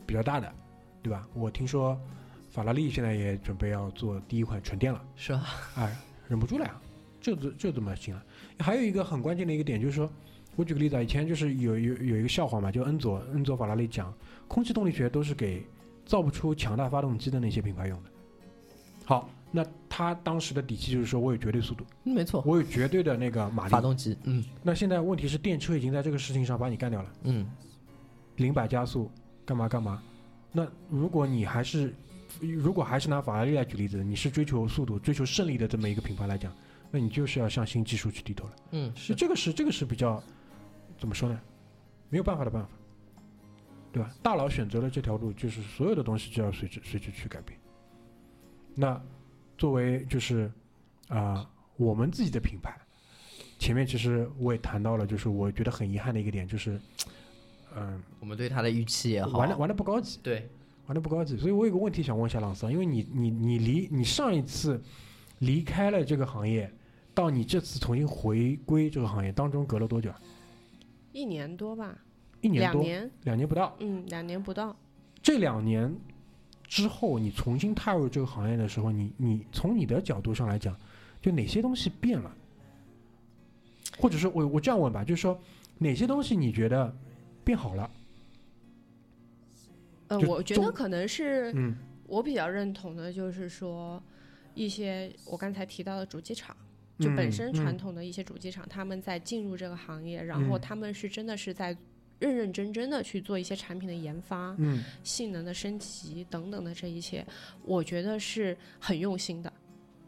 Speaker 2: 比较大的，对吧？我听说法拉利现在也准备要做第一款纯电了，
Speaker 3: 是啊，
Speaker 2: 哎，忍不住了呀，就这就这么行了。还有一个很关键的一个点就是说，我举个例子啊，以前就是有有有一个笑话嘛，就恩佐恩佐法拉利讲，空气动力学都是给造不出强大发动机的那些品牌用的。好，那他当时的底气就是说我有绝对速度，
Speaker 3: 嗯没错，
Speaker 2: 我有绝对的那个马
Speaker 3: 发
Speaker 2: 力。
Speaker 3: 动机，嗯
Speaker 2: 那现在问题是电车已经在这个事情上把你干掉了。
Speaker 3: 嗯，
Speaker 2: 零百加速，干嘛干嘛。那如果你还是，如果还是拿法拉利来举例子，你是追求速度、追求胜利的这么一个品牌来讲，那你就是要向新技术去低头了。
Speaker 3: 嗯，
Speaker 2: 是
Speaker 3: 是
Speaker 2: 这个是这个是比较怎么说呢？没有办法的办法，对吧？大佬选择了这条路，就是所有的东西就要随之随之去改变。那作为就是啊、我们自己的品牌，前面其实我也谈到了，就是我觉得很遗憾的一个点就是，嗯、
Speaker 3: 我们对它的预期也好，
Speaker 2: 玩的玩的不高级，
Speaker 3: 对，
Speaker 2: 玩的不高级。所以我有个问题想问一下朗桑，因为你你你离你上一次离开了这个行业，到你这次重新回归这个行业当中隔了多久啊？
Speaker 4: 一年多吧，
Speaker 2: 一年
Speaker 4: 两
Speaker 2: 多，
Speaker 4: 年，
Speaker 2: 两年不到。
Speaker 4: 嗯，两年不到。
Speaker 2: 这两年之后，你重新踏入这个行业的时候，你你从你的角度上来讲，就哪些东西变了？或者是我我这样问吧，就是说哪些东西你觉得变好了？
Speaker 4: 呃，
Speaker 2: 就
Speaker 4: 我觉得
Speaker 2: 中
Speaker 4: 可能是
Speaker 2: 嗯
Speaker 4: 我比较认同的，就是说一些我刚才提到的主机厂。就
Speaker 2: 嗯
Speaker 4: 本身传
Speaker 2: 嗯
Speaker 4: 统的一些主机厂，他们在进入这个行业，然后
Speaker 2: 嗯
Speaker 4: 他们是真的是在认认真真的去做一些产品的研发、
Speaker 2: 嗯
Speaker 4: 性能的升级等等的这一切，我觉得是很用心的。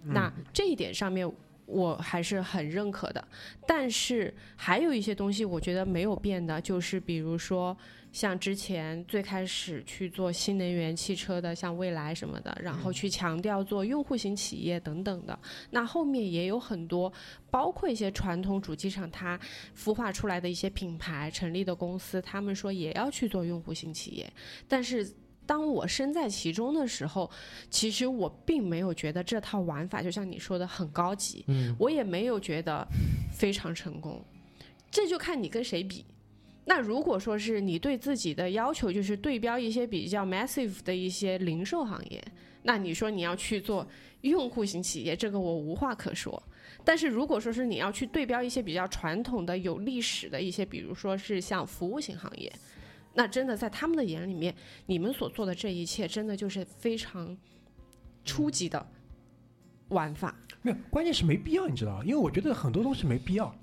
Speaker 4: 那这一点上面。我还是很认可的，但是还有一些东西我觉得没有变的，就是比如说像之前最开始去做新能源汽车的，像蔚来什么的，然后去强调做用户型企业等等的。那后面也有很多，包括一些传统主机厂它孵化出来的一些品牌成立的公司，他们说也要去做用户型企业，但是当我身在其中的时候，其实我并没有觉得这套玩法就像你说的很高级，
Speaker 3: 嗯，
Speaker 4: 我也没有觉得非常成功，这就看你跟谁比。那如果说是你对自己的要求就是对标一些比较 massive 的一些零售行业，那你说你要去做用户型企业，这个我无话可说。但是如果说是你要去对标一些比较传统的、有历史的一些，比如说是像服务型行业，那真的在他们的眼里面，你们所做的这一切真的就是非常初级的玩法。
Speaker 2: 没有，关键是没必要，你知道吧？因为我觉得很多东西没必要。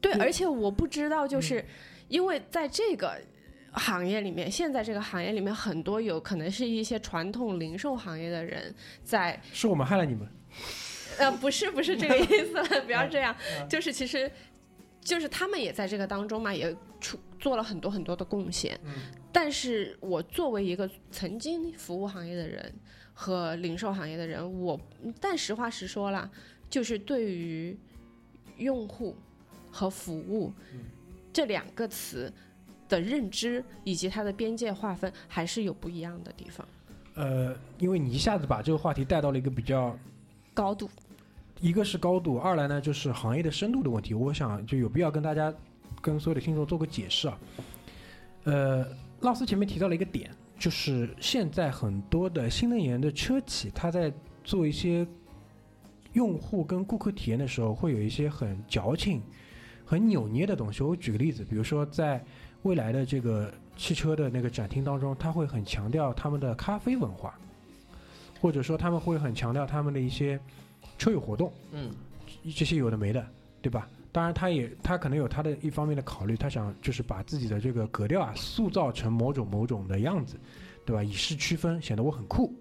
Speaker 4: 对，
Speaker 2: 对
Speaker 4: 而且我不知道，就是因为在这个行业里面，现在这个行业里面，很多有可能是一些传统零售行业的人在，
Speaker 2: 是我们害了你们，
Speaker 4: 呃，不是不是这个意思了，不要这样，就是其实就是他们也在这个当中嘛，也出做了很多很多的贡献。但是我作为一个曾经服务行业的人和零售行业的人，我但实话实说啦，就是对于用户和服务、这两个词的认知以及它的边界划分还是有不一样的地方，
Speaker 2: 呃，因为你一下子把这个话题带到了一个比较，
Speaker 4: 高度。
Speaker 2: 一个是高度，二来呢就是行业的深度的问题。我想就有必要跟大家、跟所有的听众做个解释啊。呃，老师前面提到了一个点，就是现在很多的新能源的车企，它在做一些用户跟顾客体验的时候，会有一些很矫情、很扭捏的东西。我举个例子，比如说在未来的这个汽车的那个展厅当中，它会很强调他们的咖啡文化，或者说他们会很强调他们的一些车友活动。
Speaker 3: 嗯，
Speaker 2: 这些有的没的，对吧？当然，他也他可能有他的一方面的考虑，他想就是把自己的这个格调啊，塑造成某种某种的样子，对吧？以示区分，显得我很酷。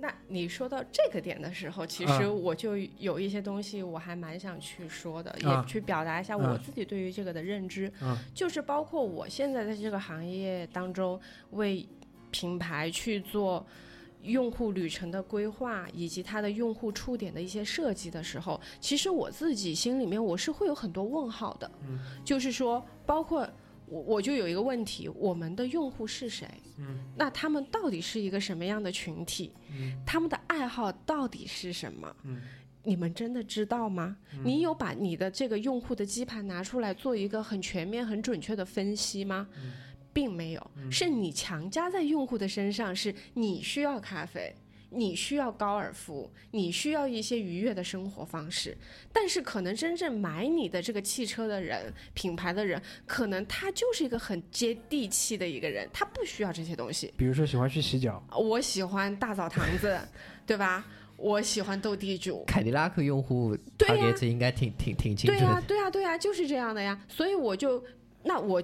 Speaker 4: 那你说到这个点的时候，其实
Speaker 2: 啊
Speaker 4: 我就有一些东西我还蛮想去说的，
Speaker 2: 啊
Speaker 4: 也去表达一下我
Speaker 2: 啊
Speaker 4: 自己对于这个的认知，
Speaker 2: 啊
Speaker 4: 就是包括我现在在这个行业当中为品牌去做。用户旅程的规划以及它的用户触点的一些设计的时候，其实我自己心里面我是会有很多问号的，
Speaker 2: 嗯
Speaker 4: 就是说，包括我我就有一个问题，我们的用户是谁？
Speaker 2: 嗯
Speaker 4: 那他们到底是一个什么样的群体？
Speaker 2: 嗯
Speaker 4: 他们的爱好到底是什么？
Speaker 2: 嗯
Speaker 4: 你们真的知道吗？你有把你的这个用户的基盘拿出来做一个很全面、很准确的分析吗？
Speaker 2: 嗯
Speaker 4: 并没有，是你强加在用户的身上，是你需要咖啡。你需要高尔夫，你需要一些愉悦的生活方式，但是可能真正买你的这个汽车的人、品牌的人，可能他就是一个很接地气的一个人，他不需要这些东西。
Speaker 2: 比如说喜欢去洗脚，
Speaker 4: 我喜欢大澡堂子， [LAUGHS] 对吧？我喜欢斗地主，
Speaker 3: 凯迪拉克用户
Speaker 4: 对呀
Speaker 3: target 应该挺挺挺清
Speaker 4: 对
Speaker 3: 楚
Speaker 4: 呀、
Speaker 3: 的，
Speaker 4: 对呀、对呀、就是这样的呀。所以我就，那我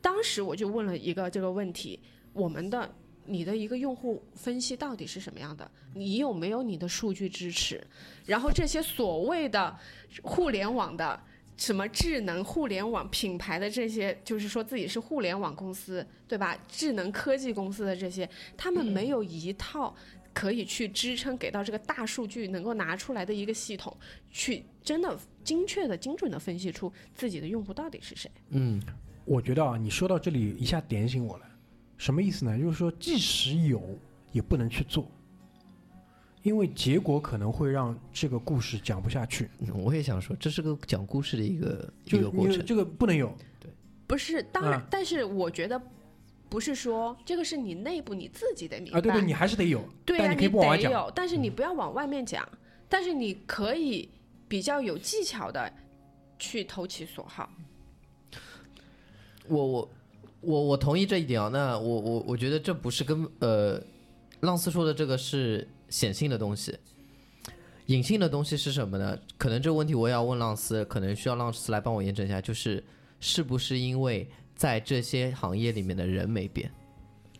Speaker 4: 当时我就问了一个这个问题：我们的你的一个用户分析到底是什么样的？你有没有你的数据支持？然后这些所谓的互联网的。什么智能互联网品牌的这些，就是说自己是互联网公司，对吧？智能科技公司的这些，他们没有一套可以去支撑给到这个大数据能够拿出来的一个系统，去真的精确的、精准的分析出自己的用户到底是谁。
Speaker 3: 嗯，
Speaker 2: 我觉得啊，你说到这里一下点醒我了，什么意思呢？就是说，即使有，也不能去做，因为结果可能会让这个故事讲不下去。
Speaker 3: 嗯我也想说，这是个讲故事的一个一
Speaker 2: 就
Speaker 3: 个过
Speaker 2: 你
Speaker 3: 程，
Speaker 2: 这个不能有，
Speaker 4: 不是，当然，
Speaker 2: 嗯
Speaker 4: 但是我觉得不是说这个是你内部你自己得明白。
Speaker 2: 啊，对对，你还是得有，
Speaker 4: 对
Speaker 2: 但
Speaker 4: 呀、
Speaker 2: 你可以不往外
Speaker 4: 得
Speaker 2: 讲。嗯
Speaker 4: 有，但是你不要往外面讲，但是你可以比较有技巧的去投其所好。
Speaker 3: 我我我我同意这一点啊。那我我我觉得这不是跟呃浪斯说的这个是显性的东西，隐性的东西是什么呢？可能这个问题我也要问浪斯，可能需要浪斯来帮我验证一下，就是是不是因为在这些行业里面的人没变，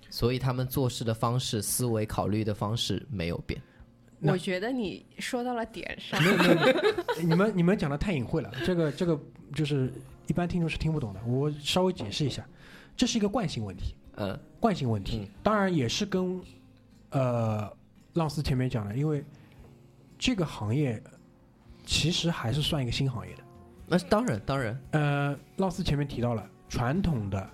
Speaker 3: 所以他们做事的方式、思维、考虑的方式没有变。
Speaker 2: 那
Speaker 4: 我觉得你说到了点上。
Speaker 2: 没有 [LAUGHS] 没有，你们你们讲的太隐晦了，这个这个就是一般听众是听不懂的。我稍微解释一下，这是一个惯性问题，
Speaker 3: 嗯
Speaker 2: 惯性问题，
Speaker 3: 嗯
Speaker 2: 当然也是跟呃浪斯前面讲的，因为这个行业其实还是算一个新行业的。
Speaker 3: 那是当然当然，
Speaker 2: 呃，浪斯前面提到了传统的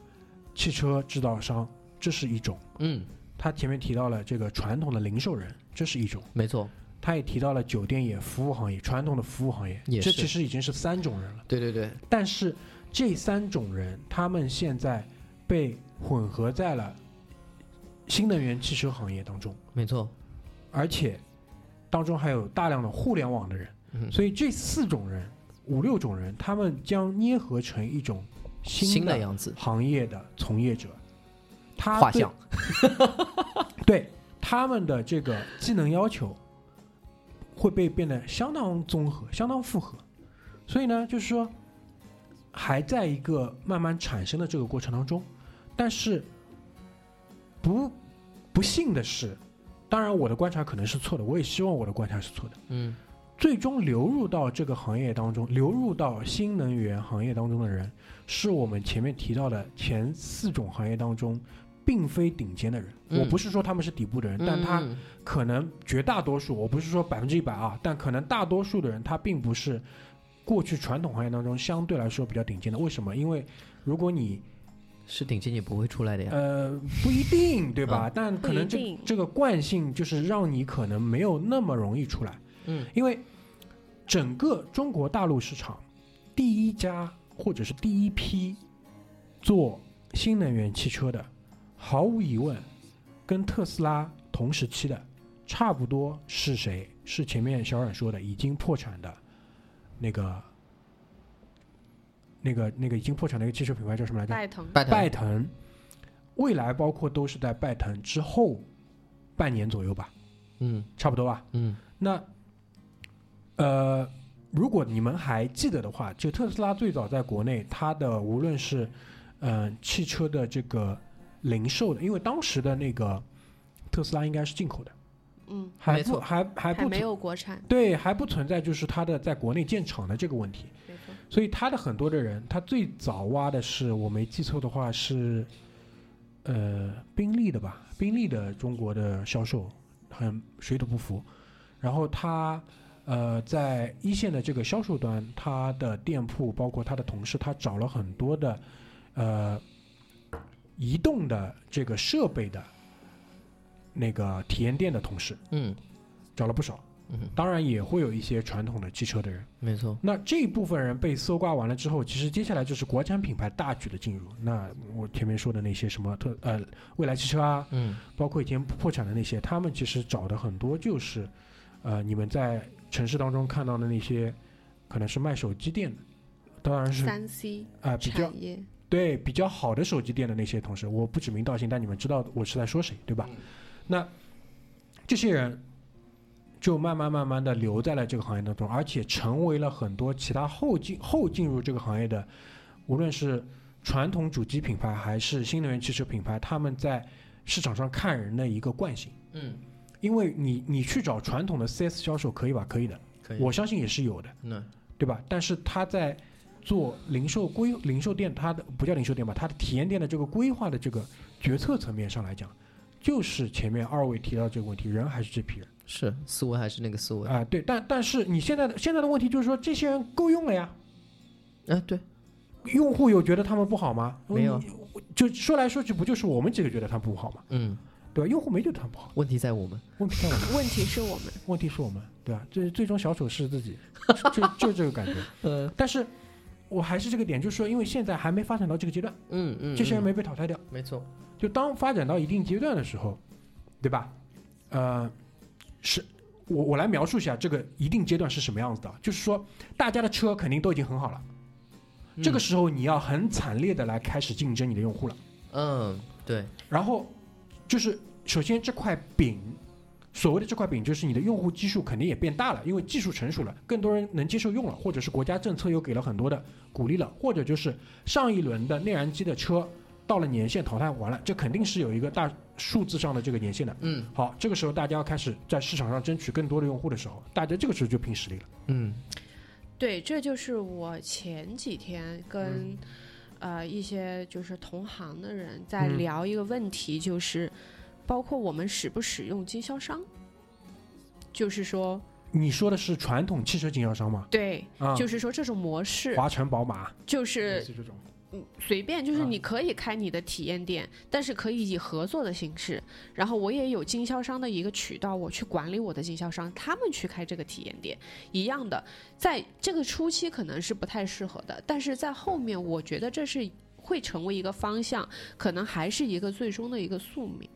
Speaker 2: 汽车制造商，这是一种。
Speaker 3: 嗯
Speaker 2: 他前面提到了这个传统的零售人，这是一种；
Speaker 3: 没错，
Speaker 2: 他也提到了酒店业、服务行业、传统的服务行业，
Speaker 3: 也
Speaker 2: 这
Speaker 3: 是
Speaker 2: 其实已经是三种人了。
Speaker 3: 对对对，
Speaker 2: 但是这三种人，他们现在被混合在了新能源汽车行业当中，
Speaker 3: 没错，
Speaker 2: 而且当中还有大量的互联网的人，
Speaker 3: 嗯
Speaker 2: 所以这四种人、五六种人，他们将捏合成一种新
Speaker 3: 新的
Speaker 2: 的
Speaker 3: 样子，
Speaker 2: 行业的从业者。他
Speaker 3: 画
Speaker 2: 对
Speaker 3: 像，
Speaker 2: 对他们的这个技能要求会被变得相当综合、相当复合。所以呢，就是说还在一个慢慢产生的这个过程当中，但是不不幸的是，当然我的观察可能是错的，我也希望我的观察是错的。
Speaker 3: 嗯，
Speaker 2: 最终流入到这个行业当中，流入到新能源行业当中的人，是我们前面提到的前四种行业当中，并非顶尖的人。
Speaker 3: 嗯
Speaker 2: 我不是说他们是底部的人，但他
Speaker 3: 嗯
Speaker 2: 可能绝大多数，我不是说百分之一百啊，但可能大多数的人他并不是过去传统行业当中相对来说比较顶尖的。为什么？因为如果你
Speaker 3: 是顶尖也不会出来的呀，
Speaker 2: 呃不一定对吧？但可能
Speaker 4: 嗯不一
Speaker 2: 这
Speaker 4: 定
Speaker 2: 这个惯性就是让你可能没有那么容易出来。
Speaker 3: 嗯，
Speaker 2: 因为整个中国大陆市场第一家或者是第一批做新能源汽车的，毫无疑问，跟特斯拉同时期的差不多是谁？是前面小冉说的已经破产的那个。那个那个已经破产的一个汽车品牌叫什么来着？
Speaker 4: 拜腾，
Speaker 3: 拜
Speaker 2: 拜
Speaker 3: 腾，
Speaker 2: 腾，未来包括都是在拜腾之后半年左右吧，
Speaker 3: 嗯
Speaker 2: 差不多吧。
Speaker 3: 嗯，
Speaker 2: 那，呃，如果你们还记得的话，就特斯拉最早在国内，它的无论是呃汽车的这个零售的，因为当时的那个特斯拉应该是进口的，
Speaker 4: 嗯，
Speaker 2: 还
Speaker 3: 没
Speaker 2: 不
Speaker 3: 错
Speaker 2: 还还
Speaker 4: 还
Speaker 2: 不
Speaker 4: 没
Speaker 2: 存
Speaker 4: 有国产，
Speaker 2: 对还不存在就是它的在国内建厂的这个问题，
Speaker 4: 没错，
Speaker 2: 所以它的很多的人，他最早挖的是我没记错的话是，呃宾利的吧，宾利的中国的销售很水土不服，然后他呃在一线的这个销售端，他的店铺包括他的同事，他找了很多的呃移动的这个设备的那个体验店的同事，
Speaker 3: 嗯，
Speaker 2: 找了不少
Speaker 3: 嗯，
Speaker 2: 当然也会有一些传统的汽车的人。
Speaker 3: 没错，
Speaker 2: 那这一部分人被搜刮完了之后，其实接下来就是国产品牌大举的进入。那我前面说的那些什么特呃蔚来汽车啊，
Speaker 3: 嗯，
Speaker 2: 包括以前破产的那些，他们其实找的很多就是，呃，你们在城市当中看到的那些，可能是卖手机店的，当然是啊、
Speaker 4: 三 C
Speaker 2: 呃比较
Speaker 4: 产业，
Speaker 2: 对比较好的手机店的那些同事，我不指名道姓，但你们知道我是在说谁，对
Speaker 3: 嗯
Speaker 2: 吧？那这些人就慢慢慢慢的留在了这个行业当中，而且成为了很多其他后进后进入这个行业的，无论是传统主机品牌还是新能源汽车品牌，他们在市场上看人的一个惯性。
Speaker 3: 嗯，
Speaker 2: 因为你你去找传统的 4S 销售可以吧？可以的，
Speaker 3: 可以，
Speaker 2: 我相信也是有的。
Speaker 3: 那
Speaker 2: 对吧？但是他在做零售规零售店，它的不叫零售店吧，它的体验店的这个规划的这个决策层面上来讲，就是前面二位提到这个问题，人还是这批人
Speaker 3: 是思维还是那个思维，
Speaker 2: 啊、对。但但是你现在的现在的问题就是说，这些人够用了呀，
Speaker 3: 哎，对，
Speaker 2: 用户有觉得他们不好吗？
Speaker 3: 没有
Speaker 2: 你，就说来说去不就是我们几个觉得他们不好吗？
Speaker 3: 嗯，
Speaker 2: 对吧？用户没觉得他们不好，
Speaker 3: 问题在我们，
Speaker 2: 问题在我们，
Speaker 4: 问题是我们
Speaker 2: 问题是我们，对吧？最最终小丑是自己，就就这个感觉。
Speaker 3: [LAUGHS] 呃，
Speaker 2: 但是我还是这个点，就是说，因为现在还没发展到这个阶段。
Speaker 3: 嗯嗯，
Speaker 2: 这些人
Speaker 3: 嗯
Speaker 2: 没被淘汰掉。
Speaker 3: 没错，
Speaker 2: 就当发展到一定阶段的时候，对吧？呃，是我我来描述一下这个一定阶段是什么样子的，就是说大家的车肯定都已经很好了，这个时候你要很惨烈的来开始竞争你的用户了。
Speaker 3: 嗯，对，
Speaker 2: 然后就是首先这块饼，所谓的这块饼就是你的用户基数肯定也变大了，因为技术成熟了，更多人能接受用了，或者是国家政策又给了很多的鼓励了，或者就是上一轮的内燃机的车到了年限淘汰完了，这肯定是有一个大数字上的这个年限的。
Speaker 3: 嗯
Speaker 2: 好，这个时候大家要开始在市场上争取更多的用户的时候，大家这个时候就拼实力了。
Speaker 3: 嗯
Speaker 4: 对，这就是我前几天跟、
Speaker 2: 嗯
Speaker 4: 呃一些就是同行的人在
Speaker 2: 嗯
Speaker 4: 聊一个问题，就是包括我们使不使用经销商，就是说，
Speaker 2: 你说的是传统汽车经销商吗？
Speaker 4: 对，
Speaker 2: 啊、
Speaker 4: 嗯就是说这种模式，
Speaker 2: 华晨宝马
Speaker 4: 就
Speaker 2: 类
Speaker 4: 是
Speaker 2: 似这种。
Speaker 4: 嗯随便，就是
Speaker 3: 嗯
Speaker 4: 你可以开你的体验店，但是可以以合作的形式。然后我也有经销商的一个渠道，我去管理我的经销商，他们去开这个体验店，一样的。在这个初期可能是不太适合的，但是在后面，我觉得这是会成为一个方向，可能还是一个最终的一个宿命。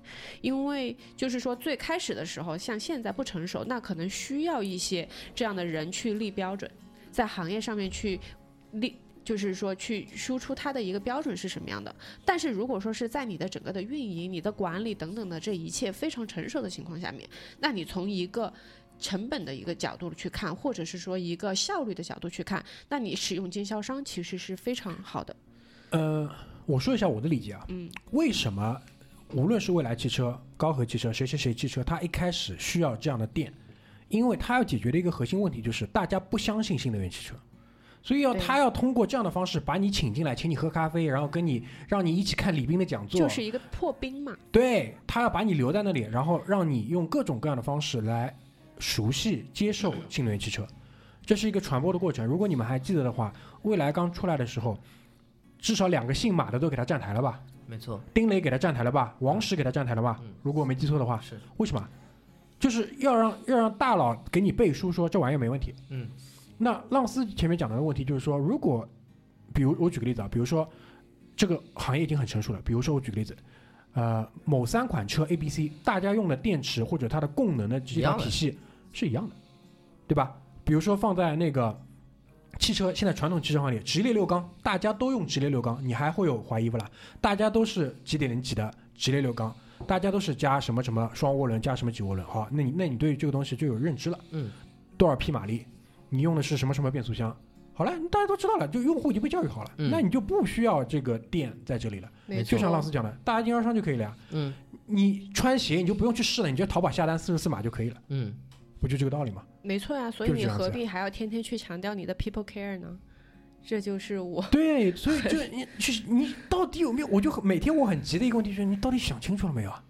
Speaker 4: 因为就是说最开始的时候，像现在不成熟，那可能需要一些这样的人去立标准，在行业上面去立。就是说，去输出它的一个标准是什么样的。但是如果说是在你的整个的运营、你的管理等等的这一切非常成熟的情况下面，那你从一个成本的一个角度去看，或者是说一个效率的角度去看，那你使用经销商其实是非常好的。
Speaker 2: 呃，我说一下我的理解啊，
Speaker 4: 嗯，
Speaker 2: 为什么无论是蔚来汽车、高和汽车、谁谁谁汽车，它一开始需要这样的店，因为它要解决的一个核心问题就是大家不相信新能源汽车，所以要
Speaker 4: 对
Speaker 2: 它要通过这样的方式把你请进来，请你喝咖啡，然后跟你让你一起看李斌的讲座，
Speaker 4: 就是一个破冰嘛。
Speaker 2: 对他要把你留在那里，然后让你用各种各样的方式来熟悉、接受新能源汽车，这是一个传播的过程。如果你们还记得的话，蔚来刚出来的时候，至少两个姓马的都给他站台了吧？
Speaker 3: 没错，
Speaker 2: 丁磊给他站台了吧？王石给他站台了吧
Speaker 3: 嗯？
Speaker 2: 如果我没记错的话，
Speaker 3: 是
Speaker 2: 为什么？就是要让要让大佬给你背书说这玩意儿没问题。
Speaker 3: 嗯，
Speaker 2: 那浪斯前面讲到的问题就是说，如果比如我举个例子啊，比如说这个行业已经很成熟了，比如说我举个例子，呃，某三款车 A、B、C，大家用的电池或者它的功能的这
Speaker 3: 一
Speaker 2: 条
Speaker 3: 样的
Speaker 2: 体系是一样的，对吧？比如说放在那个汽车，现在传统汽车行业直列六缸，大家都用直列六缸，你还会有怀疑不啦？大家都是几点零几的直列六缸，大家都是加什么什么双涡轮加什么几涡轮，好，那你那你对这个东西就有认知了。
Speaker 3: 嗯，
Speaker 2: 多少匹马力？你用的是什么什么变速箱？好了，大家都知道了，就用户已经被教育好了，
Speaker 3: 嗯
Speaker 2: 那你就不需要这个店在这里了。
Speaker 3: 没
Speaker 2: 就
Speaker 3: 错
Speaker 2: 像老师讲的，大家经销商就可以了呀。
Speaker 3: 嗯
Speaker 2: 你穿鞋你就不用去试了，你直接淘宝下单四十四码就可以了，
Speaker 3: 嗯，
Speaker 2: 不就这个道理吗？
Speaker 4: 没错啊，所以
Speaker 2: 就是
Speaker 4: 你
Speaker 2: 这样
Speaker 4: 何
Speaker 2: 子
Speaker 4: 必还要天天去强调你的 people care 呢？这就是我
Speaker 2: 对，所以就你就是你到底有没有？我就很每天我很急的一个问题就是，你到底想清楚了没有啊？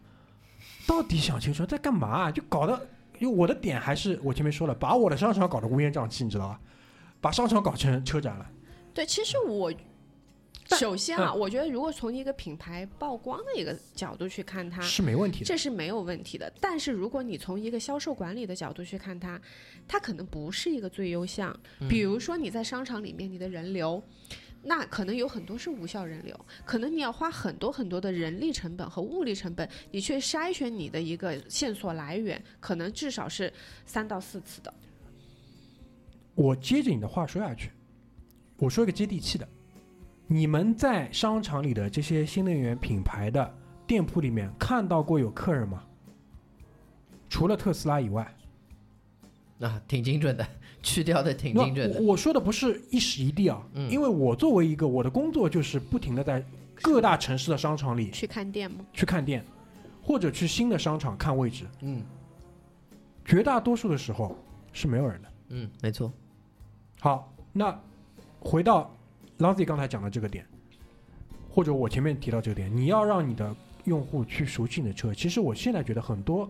Speaker 2: 到底想清楚了在干嘛啊、就搞得，因为我的点还是我前面说了，把我的商场搞得乌烟瘴气，你知道吧？把商场搞成车展了。
Speaker 4: 对，其实我
Speaker 2: 但嗯
Speaker 4: 首先啊，我觉得如果从一个品牌曝光的一个角度去看它，
Speaker 2: 是没问题的。
Speaker 4: 这是没有问题的。但是如果你从一个销售管理的角度去看它，它可能不是一个最优项。
Speaker 2: 嗯
Speaker 4: 比如说你在商场里面，你的人流。那可能有很多是无效人流，可能你要花很多很多的人力成本和物力成本，你去筛选你的一个线索来源，可能至少是三到四次的。
Speaker 2: 我接着你的话说下去，我说一个接地气的，你们在商场里的这些新能源品牌的店铺里面看到过有客人吗？除了特斯拉以外，
Speaker 3: 啊，挺精准的，去掉的挺
Speaker 2: 那
Speaker 3: 精准的
Speaker 2: 我。我说的不是一时一地啊，
Speaker 3: 嗯
Speaker 2: 因为我作为一个我的工作就是不停的在各大城市的商场里
Speaker 4: 去看店吗？
Speaker 2: 去看店，或者去新的商场看位置，
Speaker 3: 嗯
Speaker 2: 绝大多数的时候是没有人的。
Speaker 3: 嗯，没错。
Speaker 2: 好，那回到 Lancy 刚才讲的这个点，或者我前面提到这个点，你要让你的用户去熟悉你的车。其实我现在觉得很多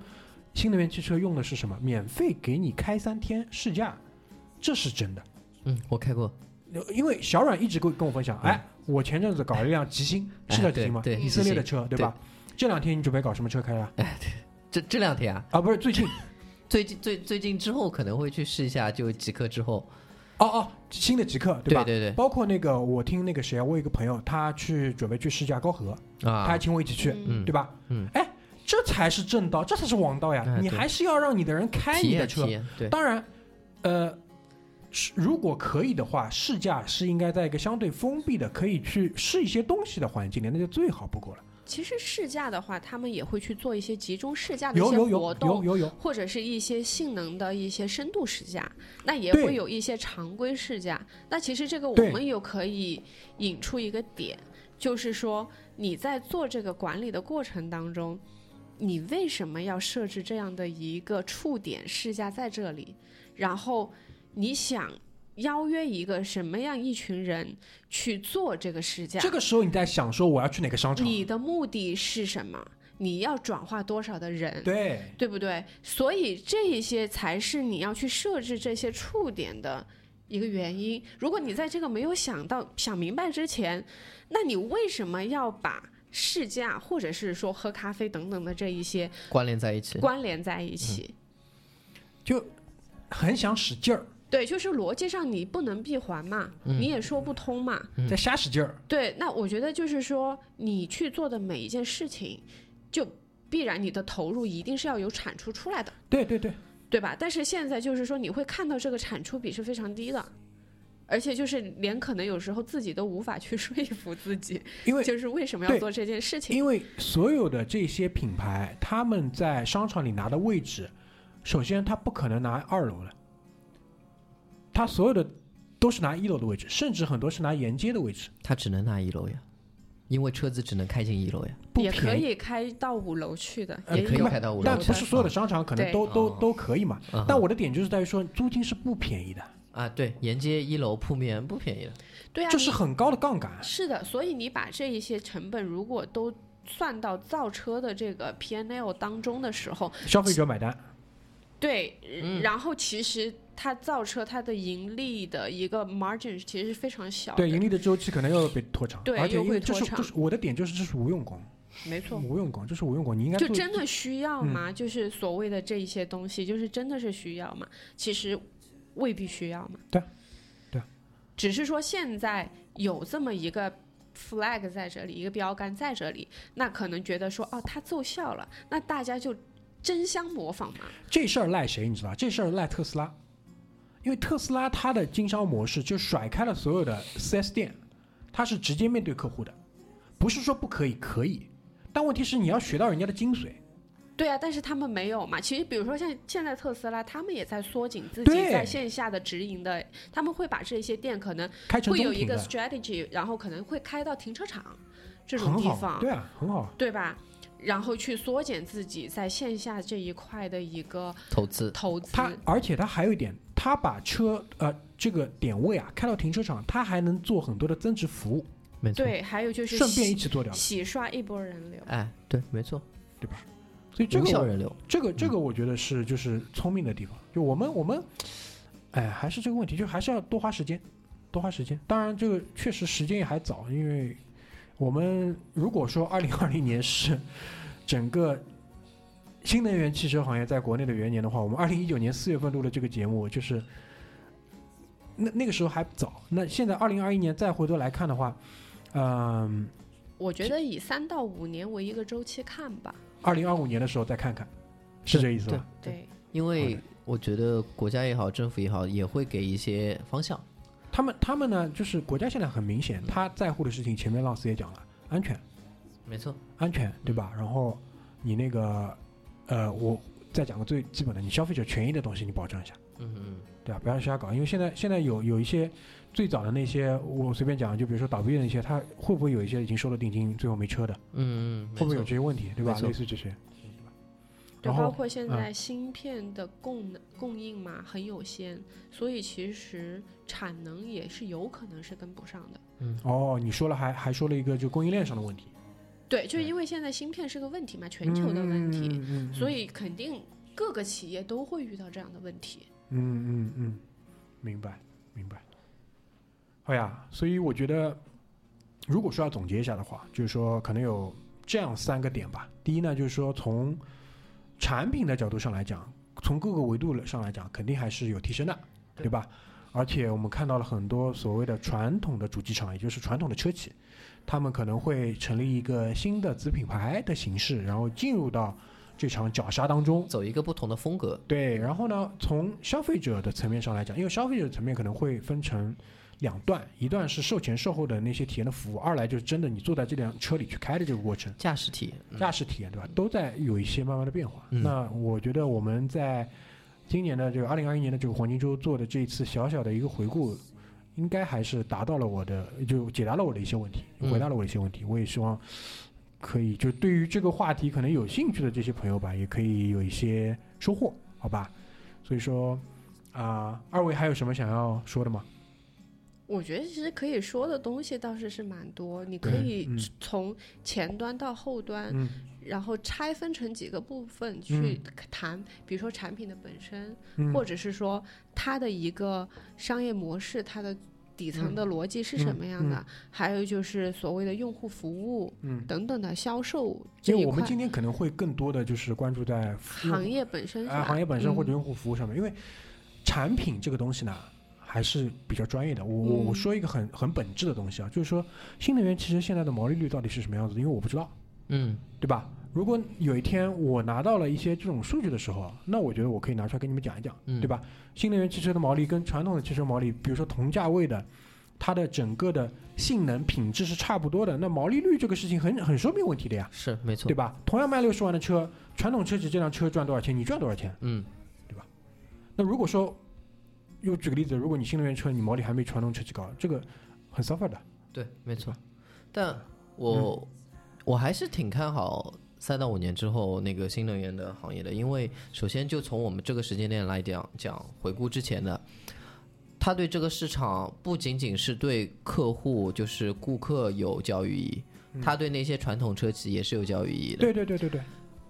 Speaker 2: 新能源汽车用的是什么？免费给你开三天试驾，这是真的。
Speaker 3: 嗯，我开过。
Speaker 2: 因为小阮一直跟跟我分享，
Speaker 3: 嗯
Speaker 2: 哎，我前阵子搞了一辆极星，是叫
Speaker 3: 哎
Speaker 2: 极
Speaker 3: 对
Speaker 2: 星吗？
Speaker 3: 对，
Speaker 2: 以色列的车，对
Speaker 3: 对哎
Speaker 2: 吧？这两天你准备搞什么车开啊？
Speaker 3: 这这两天啊，
Speaker 2: 啊，不是最近，
Speaker 3: 最近最最近之后可能会去试一下，就极客之后，
Speaker 2: 哦哦，新的极客，
Speaker 3: 对
Speaker 2: 吧？
Speaker 3: 对
Speaker 2: 包括那个，我听那个谁啊，我有一个朋友，他去准备去试驾高和，
Speaker 3: 对
Speaker 2: 他
Speaker 3: 啊
Speaker 2: 还，请我一起去，
Speaker 3: 嗯
Speaker 2: 对吧？
Speaker 3: 嗯，
Speaker 2: 哎，这才是正道，这才是王道呀！
Speaker 3: 哎
Speaker 2: 你
Speaker 3: 对
Speaker 2: 还是要让你的人开
Speaker 3: 体
Speaker 2: 你的
Speaker 3: 验
Speaker 2: 车
Speaker 3: 体。验，对，
Speaker 2: 当然，呃，是如果可以的话，试驾是应该在一个相对封闭的、可以去试一些东西的环境里，那就最好不过了。
Speaker 4: 其实试驾的话，他们也会去做一些集中试驾的一
Speaker 2: 有
Speaker 4: 些
Speaker 2: 有
Speaker 4: 活
Speaker 2: 有有
Speaker 4: 动，
Speaker 2: 有有，
Speaker 4: 或者是一些性能的一些深度试驾，那也
Speaker 2: 对
Speaker 4: 会有一些常规试驾。那其实这个我
Speaker 2: 对
Speaker 4: 们有可以引出一个点，就是说你在做这个管理的过程当中，你为什么要设置这样的一个触点试驾在这里？然后你想邀约一个什么样一群人去做这嗯个试驾？
Speaker 2: 这个时候你在想说我要去哪个商场？
Speaker 4: 你的目的是什么？你要转化多少的人，
Speaker 2: 对，
Speaker 4: 对不对？所以这一些才是你要去设置这些触点的一个原因。如果你在这个没有想到、想明白之前，那你为什么要把试驾或者是说喝咖啡等等的这一些
Speaker 3: 关联在一起。
Speaker 4: 关联在一起？
Speaker 2: 就很想使劲儿，
Speaker 4: 对，就是逻辑上你不能闭环嘛，
Speaker 3: 嗯
Speaker 4: 你也说不通嘛。
Speaker 2: 在瞎使劲儿，
Speaker 4: 对，那我觉得就是说，你去做的每一件事情，就必然你的投入一定是要有产出出来的，
Speaker 2: 对对对，
Speaker 4: 对吧？但是现在就是说，你会看到这个产出比是非常低的，而且就是连可能有时候自己都无法去 [LAUGHS] 说服自己，
Speaker 2: 因为
Speaker 4: 就是为什么要
Speaker 2: 对
Speaker 4: 做这件事情。
Speaker 2: 因为所有的这些品牌，他们在商场里拿的位置，首先他不可能拿二楼的，他所有的都是拿一楼的位置，甚至很多是拿沿街的位置，
Speaker 3: 他只能拿一楼呀，因为车子只能开进一楼呀，
Speaker 2: 不
Speaker 4: 也可
Speaker 2: 便宜。
Speaker 4: 以开到五楼去的，
Speaker 2: 呃
Speaker 4: 也
Speaker 3: 可以
Speaker 4: 有
Speaker 3: 开到五楼
Speaker 2: 但
Speaker 3: 去
Speaker 2: 不是所有的商场可能
Speaker 4: 对
Speaker 2: 都都
Speaker 3: 哦
Speaker 2: 都可以嘛
Speaker 3: 嗯哼。
Speaker 2: 但我的点就是在于说，租金是不便宜的，
Speaker 3: 啊，对，沿街一楼铺面不便宜的，
Speaker 4: 对啊，
Speaker 2: 这
Speaker 4: 你
Speaker 2: 是很高的杠杆。
Speaker 4: 是的，所以你把这一些成本如果都算到造车的这个 P N L 当中的时候，
Speaker 2: 消费者买单，
Speaker 4: 对，
Speaker 2: 嗯
Speaker 4: 然后其实它造车它的盈利的一个 margin 其实是非常小的，
Speaker 2: 对盈利的周期可能又被拖长，
Speaker 4: 对
Speaker 2: 而且
Speaker 4: 又
Speaker 2: 因为
Speaker 4: 会
Speaker 2: 这
Speaker 4: 拖
Speaker 2: 是
Speaker 4: 长
Speaker 2: 这是我的点就是这是无用功，
Speaker 4: 没错。
Speaker 2: 无用功，这是无用功，你应该嗯
Speaker 4: 就
Speaker 2: 做
Speaker 4: 真的需要吗？就是所谓的这一些东西，就是真的是需要吗？其实未必需要嘛。
Speaker 2: 对，对，
Speaker 4: 只是说现在有这么一个 flag 在这里，一个标杆在这里，那可能觉得说哦，它奏效了，那大家就争相模仿嘛。
Speaker 2: 这事儿赖谁？你知道吧？这事儿赖特斯拉，因为特斯拉它的经销模式就甩开了所有的 4S 店，它是直接面对客户的，不是说不可以，可以，但问题是你要学到人家的精髓。
Speaker 4: 对啊，但是他们没有嘛。其实，比如说像现在特斯拉，他们也在缩紧自己
Speaker 2: 对
Speaker 4: 在线下的直营的，他们会把这些店可能
Speaker 2: 开成
Speaker 4: 会有
Speaker 2: 中
Speaker 4: 一
Speaker 2: 庭
Speaker 4: 个
Speaker 2: 的，
Speaker 4: strategy，然后可能会开到停车场这种
Speaker 2: 很
Speaker 4: 地
Speaker 2: 好，
Speaker 4: 方，
Speaker 2: 对啊，很好。
Speaker 4: 对吧？然后去缩减自己在线下这一块的一个
Speaker 3: 投资
Speaker 4: 投资。
Speaker 2: 它而且它还有一点，它把车呃这个点位啊开到停车场，它还能做很多的增值服务，
Speaker 3: 没错，
Speaker 4: 对，还有就是
Speaker 2: 顺便一
Speaker 4: 洗
Speaker 2: 起做掉了，
Speaker 4: 洗刷一波人流。
Speaker 3: 哎，对，没错，
Speaker 2: 对吧？所以这
Speaker 3: 无
Speaker 2: 个
Speaker 3: 效
Speaker 2: 我
Speaker 3: 人流，
Speaker 2: 这个这个我觉得是就是聪明的地方，就我们我们，哎，还是这个问题，就还是要多花时间，多花时间。当然，这个确实时间也还早，因为我们如果说二零二零年是整个新能源汽车行业在国内的元年的话，我们二零一九年四月份录的这个节目就是。那那个时候还早，那现在二零二一年再回头来看的话，嗯，
Speaker 4: 我觉得以三到五年为一个周期看吧。
Speaker 2: 二零二五年的时候再看看，是这意思吧？
Speaker 3: 对
Speaker 4: 对，
Speaker 3: 因
Speaker 2: 好
Speaker 3: 为
Speaker 2: 的
Speaker 3: 我觉得国家也好，政府也好，也会给一些方向。
Speaker 2: 他们他们呢，就是国家现在很明显，他在乎的事情，前面浪斯也讲了，安全，
Speaker 3: 没错，
Speaker 2: 安全，对吧？然后你那个，呃，我再讲个最基本的，你消费者权益的东西，你保障一下，
Speaker 3: 嗯嗯，
Speaker 2: 对吧？不要瞎搞，因为现在现在有有一些最早的那些，我随便讲，就比如说倒闭的那些，他会不会有一些已经收了定金，最后没车的，
Speaker 3: 嗯嗯，
Speaker 2: 会不会有
Speaker 3: 没
Speaker 2: 这
Speaker 3: 错
Speaker 2: 些问题，对吧？
Speaker 3: 没错
Speaker 2: 类似这些，
Speaker 4: 对，
Speaker 2: 然
Speaker 4: 包
Speaker 2: 后
Speaker 4: 括现
Speaker 2: 嗯
Speaker 4: 在芯片的供能供应嘛很有限，所以其实产能也是有可能是跟不上的。
Speaker 2: 哦，你说了还还说了一个就供应链上的问题，
Speaker 4: 对，就是
Speaker 2: 对
Speaker 4: 因为现在芯片是个问题嘛，全球的问
Speaker 2: 嗯
Speaker 4: 题，
Speaker 2: 嗯嗯嗯
Speaker 4: 所以肯定各个企业都会遇到这样的问题。
Speaker 2: 嗯嗯嗯，明白明白。好呀，所以我觉得，如果说要总结一下的话，就是说可能有这样三个点吧。第一呢，就是说从产品的角度上来讲，从各个维度上来讲，肯定还是有提升的，
Speaker 3: 对
Speaker 2: 对吧？而且我们看到了很多所谓的传统的主机厂，也就是传统的车企，他们可能会成立一个新的子品牌的形式，然后进入到这场绞杀当中，
Speaker 3: 走一个不同的风格。
Speaker 2: 对，然后呢，从消费者的层面上来讲，因为消费者的层面可能会分成两段，一段是售前售后的那些体验的服务，二来就是真的你坐在这辆车里去开的这个过程，
Speaker 3: 驾驶体验，嗯
Speaker 2: 驾驶体验对吧，都在有一些慢慢的变化。
Speaker 3: 嗯
Speaker 2: 那我觉得我们在今年的这个二零二一年的这个黄金周做的这一次小小的一个回顾，应该还是达到了我的，就解答了我的一些问题，
Speaker 3: 嗯
Speaker 2: 回答了我的一些问题。我也希望可以，就对于这个话题可能有兴趣的这些朋友吧，也可以有一些收获，好吧？所以说啊、二位还有什么想要说的吗？
Speaker 4: 我觉得其实可以说的东西倒是是蛮多，你可
Speaker 2: 对
Speaker 4: 以
Speaker 2: 嗯
Speaker 4: 从前端到后端，
Speaker 2: 嗯
Speaker 4: 然后拆分成几个部分去
Speaker 2: 嗯
Speaker 4: 谈，比如说产品的本身，
Speaker 2: 嗯
Speaker 4: 或者是说它的一个商业模式，它的底层
Speaker 2: 嗯
Speaker 4: 的逻辑是什么样的，还有就是所谓的用户服务
Speaker 2: 嗯，
Speaker 4: 等等的销售这
Speaker 2: 因
Speaker 4: 一
Speaker 2: 为我们
Speaker 4: 块
Speaker 2: 今天可能会更多的就是关注在服务
Speaker 4: 行业本身是
Speaker 2: 啊，
Speaker 4: 吧？
Speaker 2: 行业本身或者
Speaker 4: 嗯
Speaker 2: 用户服务上面，因为产品这个东西呢，还是比较专业的。我我我
Speaker 4: 嗯
Speaker 2: 说一个很很本质的东西啊，就是说新能源其实现在的毛利率到底是什么样子的，因为我不知道，
Speaker 3: 嗯，
Speaker 2: 对吧？如果有一天我拿到了一些这种数据的时候，那我觉得我可以拿出来跟你们讲一讲，
Speaker 3: 嗯
Speaker 2: 对吧？新能源汽车的毛利跟传统的汽车毛利，比如说同价位的，它的整个的性能品质是差不多的，那毛利率这个事情很很说明问题的呀，
Speaker 3: 是没错
Speaker 2: 对，吧？同样卖六十万的车，传统车企这辆车赚多少钱，你赚多少钱？
Speaker 3: 嗯
Speaker 2: 那如果说，又举个例子，如果你新能源车你毛利还没传统车企高，这个很 suffer 的。
Speaker 3: 对，没错。但我、我还是挺看好三到五年之后那个新能源的行业的，因为首先就从我们这个时间点来讲讲，回顾之前的，他对这个市场不仅仅是对客户就是顾客有教育意义，他对那些传统车企也是有教育意义的。
Speaker 2: 对对对对对，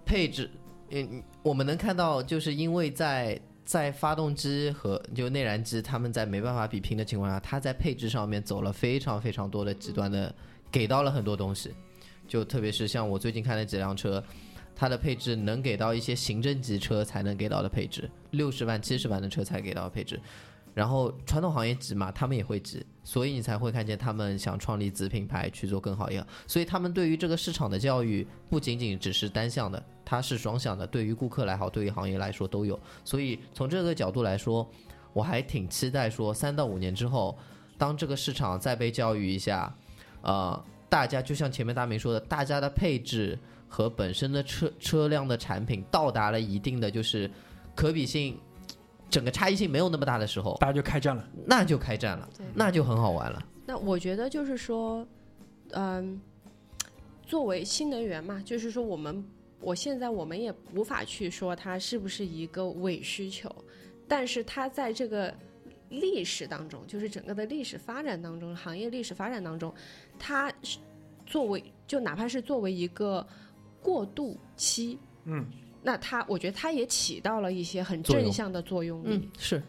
Speaker 3: 配置，嗯，我们能看到，就是因为在在发动机和就内燃机他们在没办法比拼的情况下，它在配置上面走了非常非常多的极端的，给到了很多东西，就特别是像我最近看的几辆车。它的配置能给到一些行政级车才能给到的配置，六十万、七十万的车才给到的配置。然后传统行业急嘛，他们也会急，所以你才会看见他们想创立子品牌去做更好一样。所以他们对于这个市场的教育不仅仅只是单向的，它是双向的，对于顾客来好，对于行业来说都有。所以从这个角度来说，我还挺期待说三到五年之后，当这个市场再被教育一下，呃，大家就像前面大明说的，大家的配置和本身的车车辆的产品到达了一定的就是可比性，整个差异性没有那么大的时候，
Speaker 2: 大家就开战了。
Speaker 3: 那就开战了
Speaker 4: 对，
Speaker 3: 那就很好玩了。
Speaker 4: 那我觉得就是说，嗯，作为新能源嘛，就是说我们，我现在我们也无法去说它是不是一个伪需求，但是它在这个历史当中，就是整个的历史发展当中，行业历史发展当中，它是作为就哪怕是作为一个过渡期，
Speaker 2: 嗯，
Speaker 4: 那它我觉得它也起到了一些很
Speaker 3: 作用
Speaker 4: 正向的作用力。，
Speaker 3: 是，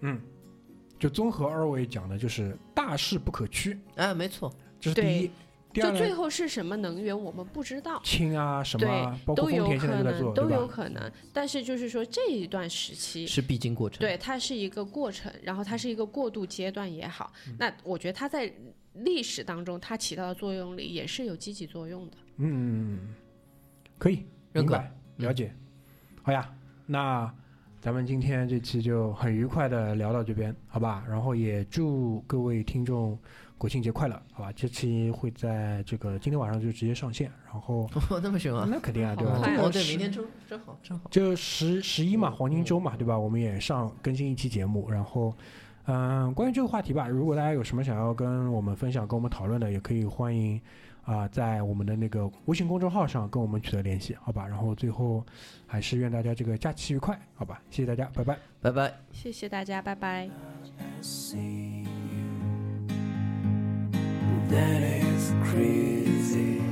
Speaker 2: 嗯，就综合二位讲的，就是大势不可趋，
Speaker 3: 啊，没错，
Speaker 2: 这是第一。第
Speaker 4: 就
Speaker 2: 二
Speaker 4: 最
Speaker 2: 呢，
Speaker 4: 后是什么能源，我们不知道。
Speaker 2: 氢啊什么啊，包括
Speaker 4: 都
Speaker 2: 丰
Speaker 4: 有
Speaker 2: 田
Speaker 4: 可
Speaker 2: 现在
Speaker 4: 能，
Speaker 2: 就在做，
Speaker 4: 都
Speaker 2: 对
Speaker 4: 有
Speaker 2: 吧？
Speaker 4: 可能。但是就是说这一段时期，
Speaker 3: 是必经过 [LAUGHS] 程。
Speaker 4: 对它是一个过程，然后
Speaker 2: 嗯
Speaker 4: 它是一个过渡阶段也好，那我觉得它在历史当中它起到的作用力也是有积极作用的。
Speaker 2: 嗯，可以，
Speaker 3: 认
Speaker 2: 明
Speaker 3: 可
Speaker 2: 白，了解。好呀，那咱们今天这期就很愉快的聊到这边，好吧？然后也祝各位听众国庆节快乐，好吧？这期会在这个今天晚上就直接上线，然后
Speaker 3: 哦，那么凶啊！
Speaker 2: 那肯定啊，对吧
Speaker 4: 好？快
Speaker 2: 这
Speaker 4: 啊
Speaker 2: 个
Speaker 3: 哦，对，
Speaker 2: 是
Speaker 3: 明天周真好，真好。
Speaker 2: 就十十一嘛，黄金周嘛，对吧？我们也上更新一期节目，然后，嗯、关于这个话题吧，如果大家有什么想要跟我们分享、跟我们讨论的，也可以欢迎啊、在我们的那个微信公众号上跟我们取得联系，好吧？然后最后还是愿大家这个假期愉快，好吧？谢谢大家，拜拜。
Speaker 3: 拜拜。
Speaker 4: 谢谢大家，拜拜。
Speaker 1: see you. That is crazy.